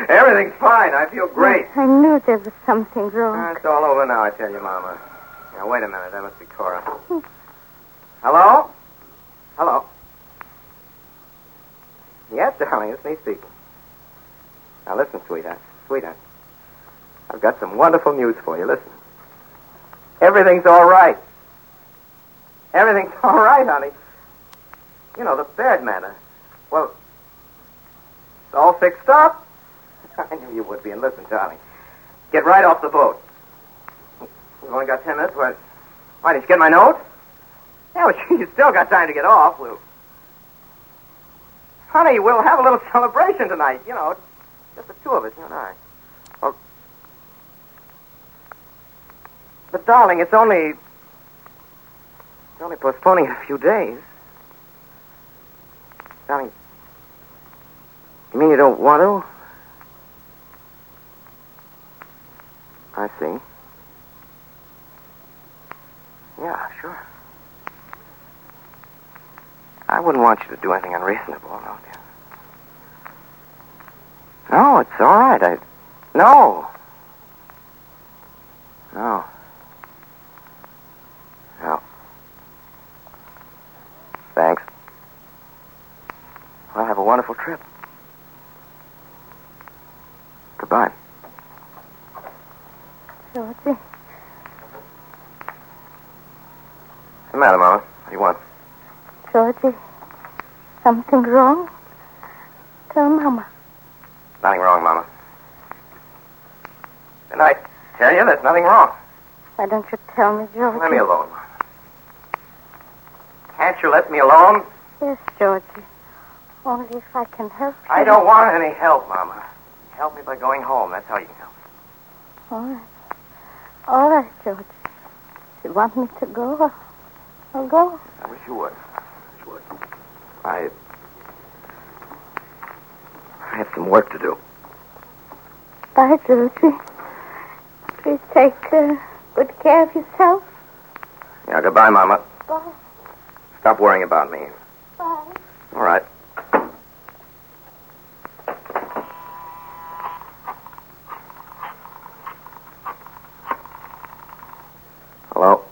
[SPEAKER 2] everything's fine. I feel great.
[SPEAKER 9] I knew there was something wrong.
[SPEAKER 2] It's all over now, I tell you, Mama. Now, wait a minute. That must be Cora. Hello? Hello? Yes, darling, it's me speaking. Now, listen, sweetheart. Sweetheart. I've got some wonderful news for you. Listen. Everything's all right. Everything's all right, honey. You know, the Baird matter. Well, it's all fixed up. I knew you would be. And listen, darling. Get right off the boat. We've only got ten minutes. Why, why did you get my note? Yeah, well, you still got time to get off. We'll... Honey, we'll have a little celebration tonight. You know, just the two of us, you and I. Oh. Well, but darling, it's only it's only postponing it a few days. Darling, you mean you don't want to? I see. Yeah, sure. I wouldn't want you to do anything unreasonable, no, dear. No, it's all right. I no. No. No. Thanks. Well, have a wonderful trip. Goodbye. Uh.
[SPEAKER 9] Georgie,
[SPEAKER 2] What's the matter, Mama? What do you want?
[SPEAKER 9] Georgie, something wrong? Tell Mama.
[SPEAKER 2] Nothing wrong, Mama. Didn't I tell you there's nothing wrong?
[SPEAKER 9] Why don't you tell me, Georgie?
[SPEAKER 2] Let me alone. Can't you let me alone?
[SPEAKER 9] Yes, Georgie. Only if I can help you.
[SPEAKER 2] I don't want any help, Mama. Help me by going home. That's how you can help.
[SPEAKER 9] All right. All right, George. If you want me to go, I'll- I'll go.
[SPEAKER 2] I wish you would. I wish you would. I. I have some work to do.
[SPEAKER 9] Bye, Georgie. Please take uh, good care of yourself.
[SPEAKER 2] Yeah, goodbye, Mama.
[SPEAKER 9] Bye.
[SPEAKER 2] Stop worrying about me.
[SPEAKER 9] Bye.
[SPEAKER 2] All right. Hello.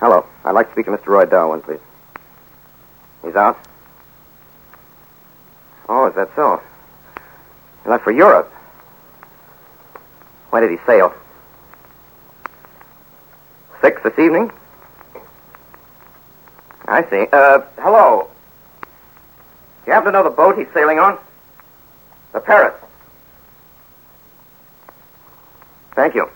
[SPEAKER 2] Hello. I'd like to speak to Mr. Roy Darwin, please.
[SPEAKER 8] He's out. Oh, is that so? He left for Europe. When did he sail? Six this evening? I see. Uh, hello. You happen to know the boat he's sailing on? The Paris. Thank you.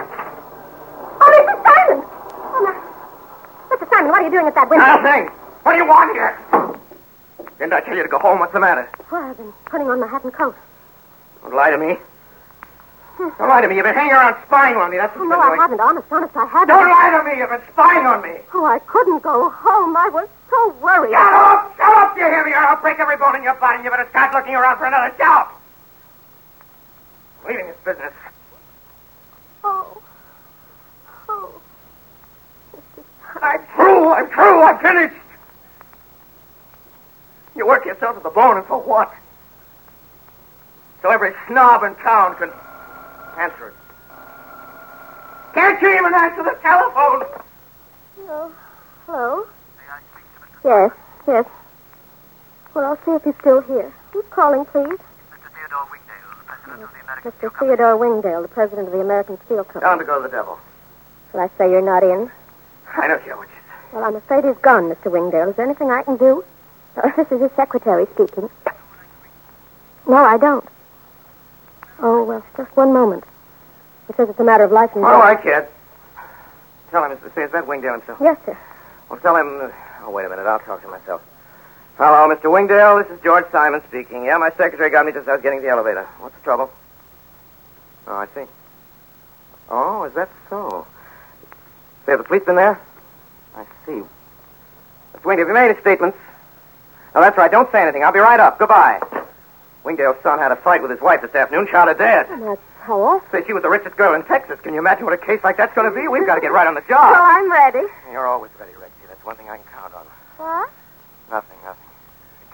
[SPEAKER 5] Oh, Mr. Simon! Oh, my. Mr. Simon, what are you doing at that window?
[SPEAKER 7] Nothing. What do you want here? Didn't I tell you to go home? What's the matter?
[SPEAKER 5] Well, I've been putting on my hat and coat.
[SPEAKER 7] Don't lie to me. Don't lie to me. You've been hanging around spying on me. That's
[SPEAKER 5] Oh,
[SPEAKER 7] what
[SPEAKER 5] no,
[SPEAKER 7] you've been
[SPEAKER 5] I
[SPEAKER 7] doing.
[SPEAKER 5] haven't. Honest, honest, I haven't.
[SPEAKER 7] Don't lie to me. You've been spying on me.
[SPEAKER 5] Oh, I couldn't go home. I was so worried.
[SPEAKER 7] Shut up! Shut up! You hear me? Or I'll break every bone in your body. You better start looking around for another job. Leaving this business.
[SPEAKER 5] Oh. Oh.
[SPEAKER 7] I'm through. I'm through. I'm finished. You work yourself to the bone, and for what? So every snob in town can answer it. Can't you even answer the telephone?
[SPEAKER 12] Oh.
[SPEAKER 5] Hello. Hello?
[SPEAKER 6] Yes, yes. Well, I'll see if he's still here.
[SPEAKER 5] Who's calling, please? Mr. Theodore Wingdale, the president of the American Steel Company.
[SPEAKER 7] Down to go to the devil.
[SPEAKER 5] Well, I say you're not in.
[SPEAKER 7] I don't care what you
[SPEAKER 5] Well, I'm afraid he's gone, Mr. Wingdale. Is there anything I can do? Oh,
[SPEAKER 6] Uh, this is his secretary speaking. No, I don't.
[SPEAKER 5] Oh, well, just one moment. It says it's a matter of life and
[SPEAKER 7] Oh,
[SPEAKER 5] death.
[SPEAKER 7] I can't. Tell him, it's- say, is that Wingdale himself?
[SPEAKER 5] Yes, sir.
[SPEAKER 8] Well, tell him. Oh, wait a minute. I'll talk to myself. Hello, Mr. Wingdale. This is George Simon speaking. Yeah, my secretary got me just as I was getting to the elevator. What's the trouble? Oh, I see. Oh, is that so? Say, have the police been there? I see. Mr. Wingdale, have you made any statements? Oh, that's right. Don't say anything. I'll be right up. Goodbye. Wingdale's son had a fight with his wife this afternoon, shot her dead.
[SPEAKER 5] That's how awful.
[SPEAKER 8] Say, she was the richest girl in Texas. Can you imagine what a case like that's going to be? We've got to get right on the job.
[SPEAKER 12] Well, Oh, I'm ready.
[SPEAKER 8] You're always ready, Rexy. That's one thing I can count on.
[SPEAKER 12] What?
[SPEAKER 8] Nothing, nothing.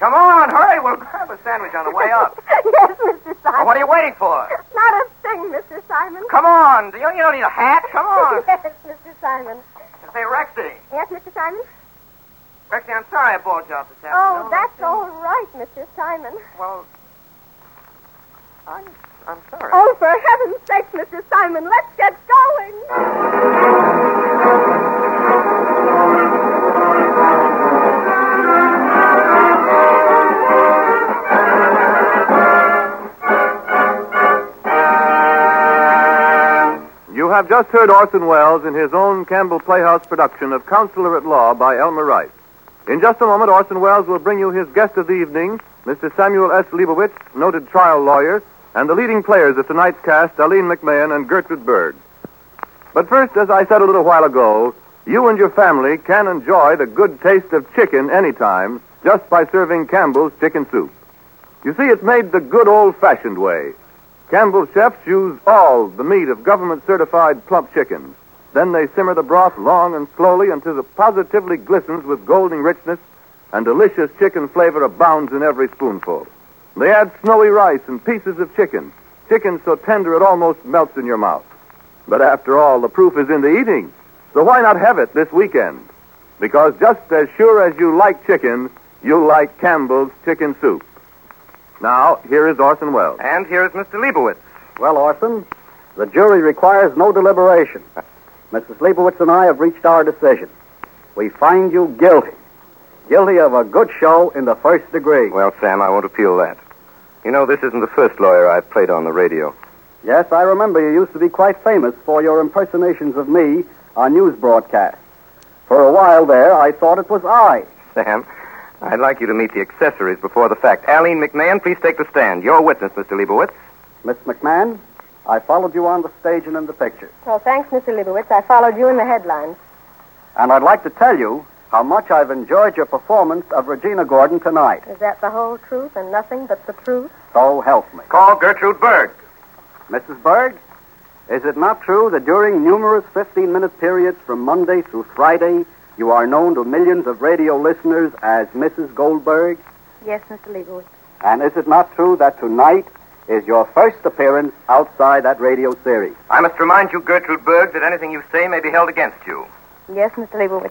[SPEAKER 8] Come on, hurry. We'll grab a sandwich on the way up.
[SPEAKER 12] yes, Mr. Simon.
[SPEAKER 8] Well, what are you waiting for?
[SPEAKER 12] Not a thing, Mr. Simon.
[SPEAKER 8] Come on. You you don't need a hat. Come on.
[SPEAKER 12] yes, Mr. Simon.
[SPEAKER 8] Say, Rexy.
[SPEAKER 12] Yes, Mr. Simon?
[SPEAKER 8] Rexy, I'm sorry I balled you up this
[SPEAKER 12] Oh,
[SPEAKER 8] afternoon.
[SPEAKER 12] that's all right, Mr. Simon.
[SPEAKER 8] Well, I'm, I'm sorry.
[SPEAKER 12] Oh, for heaven's sake, Mr. Simon, let's get going.
[SPEAKER 1] You have just heard Orson Welles in his own Campbell Playhouse production of Counselor at Law by Elmer Wright. In just a moment, Orson Welles will bring you his guest of the evening, Mr. Samuel S. Leibowitz, noted trial lawyer, and the leading players of tonight's cast, Eileen McMahon and Gertrude Berg. But first, as I said a little while ago, you and your family can enjoy the good taste of chicken anytime just by serving Campbell's chicken soup. You see, it's made the good old-fashioned way. Campbell's chefs use all the meat of government certified plump chickens. Then they simmer the broth long and slowly until it positively glistens with golden richness and delicious chicken flavor abounds in every spoonful. They add snowy rice and pieces of chicken, chicken so tender it almost melts in your mouth. But after all, the proof is in the eating. So why not have it this weekend? Because just as sure as you like chicken, you like Campbell's chicken soup. Now, here is Orson Welles.
[SPEAKER 8] And here is Mr. Leibowitz.
[SPEAKER 3] Well, Orson, the jury requires no deliberation. Mrs. Leibowitz and I have reached our decision. We find you guilty. Guilty of a good show in the first degree.
[SPEAKER 2] Well, Sam, I won't appeal that. You know, this isn't the first lawyer I've played on the radio.
[SPEAKER 3] Yes, I remember you used to be quite famous for your impersonations of me on news broadcasts. For a while there, I thought it was I.
[SPEAKER 2] Sam, I'd like you to meet the accessories before the fact. Aline McMahon, please take the stand. Your witness, Mr. Leibowitz.
[SPEAKER 3] Miss McMahon, I followed you on the stage and in the pictures.
[SPEAKER 5] Well, thanks, Mr. Leibowitz. I followed you in the headlines.
[SPEAKER 3] And I'd like to tell you how much I've enjoyed your performance of Regina Gordon tonight.
[SPEAKER 5] Is that the whole truth and nothing but the truth?
[SPEAKER 3] So help me.
[SPEAKER 8] Call Gertrude Berg.
[SPEAKER 3] Mrs. Berg, Is it not true that during numerous 15 minute periods from Monday through Friday, you are known to millions of radio listeners as Mrs. Goldberg?
[SPEAKER 9] Yes, Mr. Leawood.
[SPEAKER 3] And is it not true that tonight is your first appearance outside that radio series?
[SPEAKER 2] I must remind you, Gertrude Berg, that anything you say may be held against you.
[SPEAKER 9] Yes, Mr. Leawood.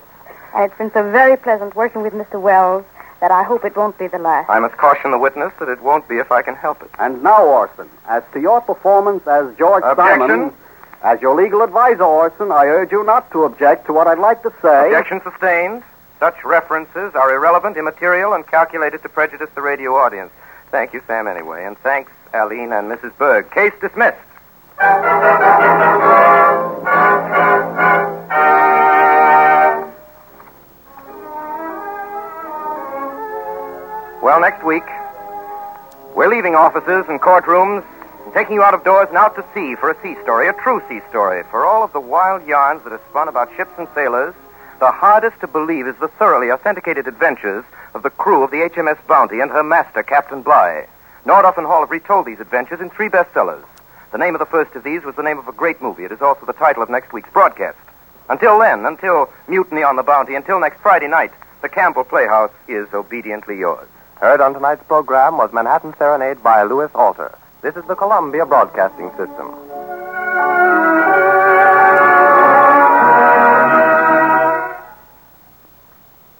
[SPEAKER 9] And it's been so very pleasant working with Mr. Wells that I hope it won't be the last.
[SPEAKER 2] I must caution the witness that it won't be if I can help it.
[SPEAKER 3] And now, Orson, as to your performance as George
[SPEAKER 2] Objection.
[SPEAKER 3] Simon, as your legal advisor, Orson, I urge you not to object to what I'd like to say.
[SPEAKER 2] Objection sustained. Such references are irrelevant, immaterial, and calculated to prejudice the radio audience. Thank you, Sam, anyway. And thanks, Aline and Mrs. Berg. Case dismissed. Well, next week, we're leaving offices and courtrooms and taking you out of doors and out to sea for a sea story, a true sea story, for all of the wild yarns that are spun about ships and sailors. The hardest to believe is the thoroughly authenticated adventures of the crew of the HMS Bounty and her master, Captain Bligh. Nordoff and Hall have retold these adventures in three bestsellers. The name of the first of these was the name of a great movie. It is also the title of next week's broadcast. Until then, until Mutiny on the Bounty, until next Friday night, the Campbell Playhouse is obediently yours.
[SPEAKER 16] Heard on tonight's program was Manhattan Serenade by Louis Alter. This is the Columbia Broadcasting System.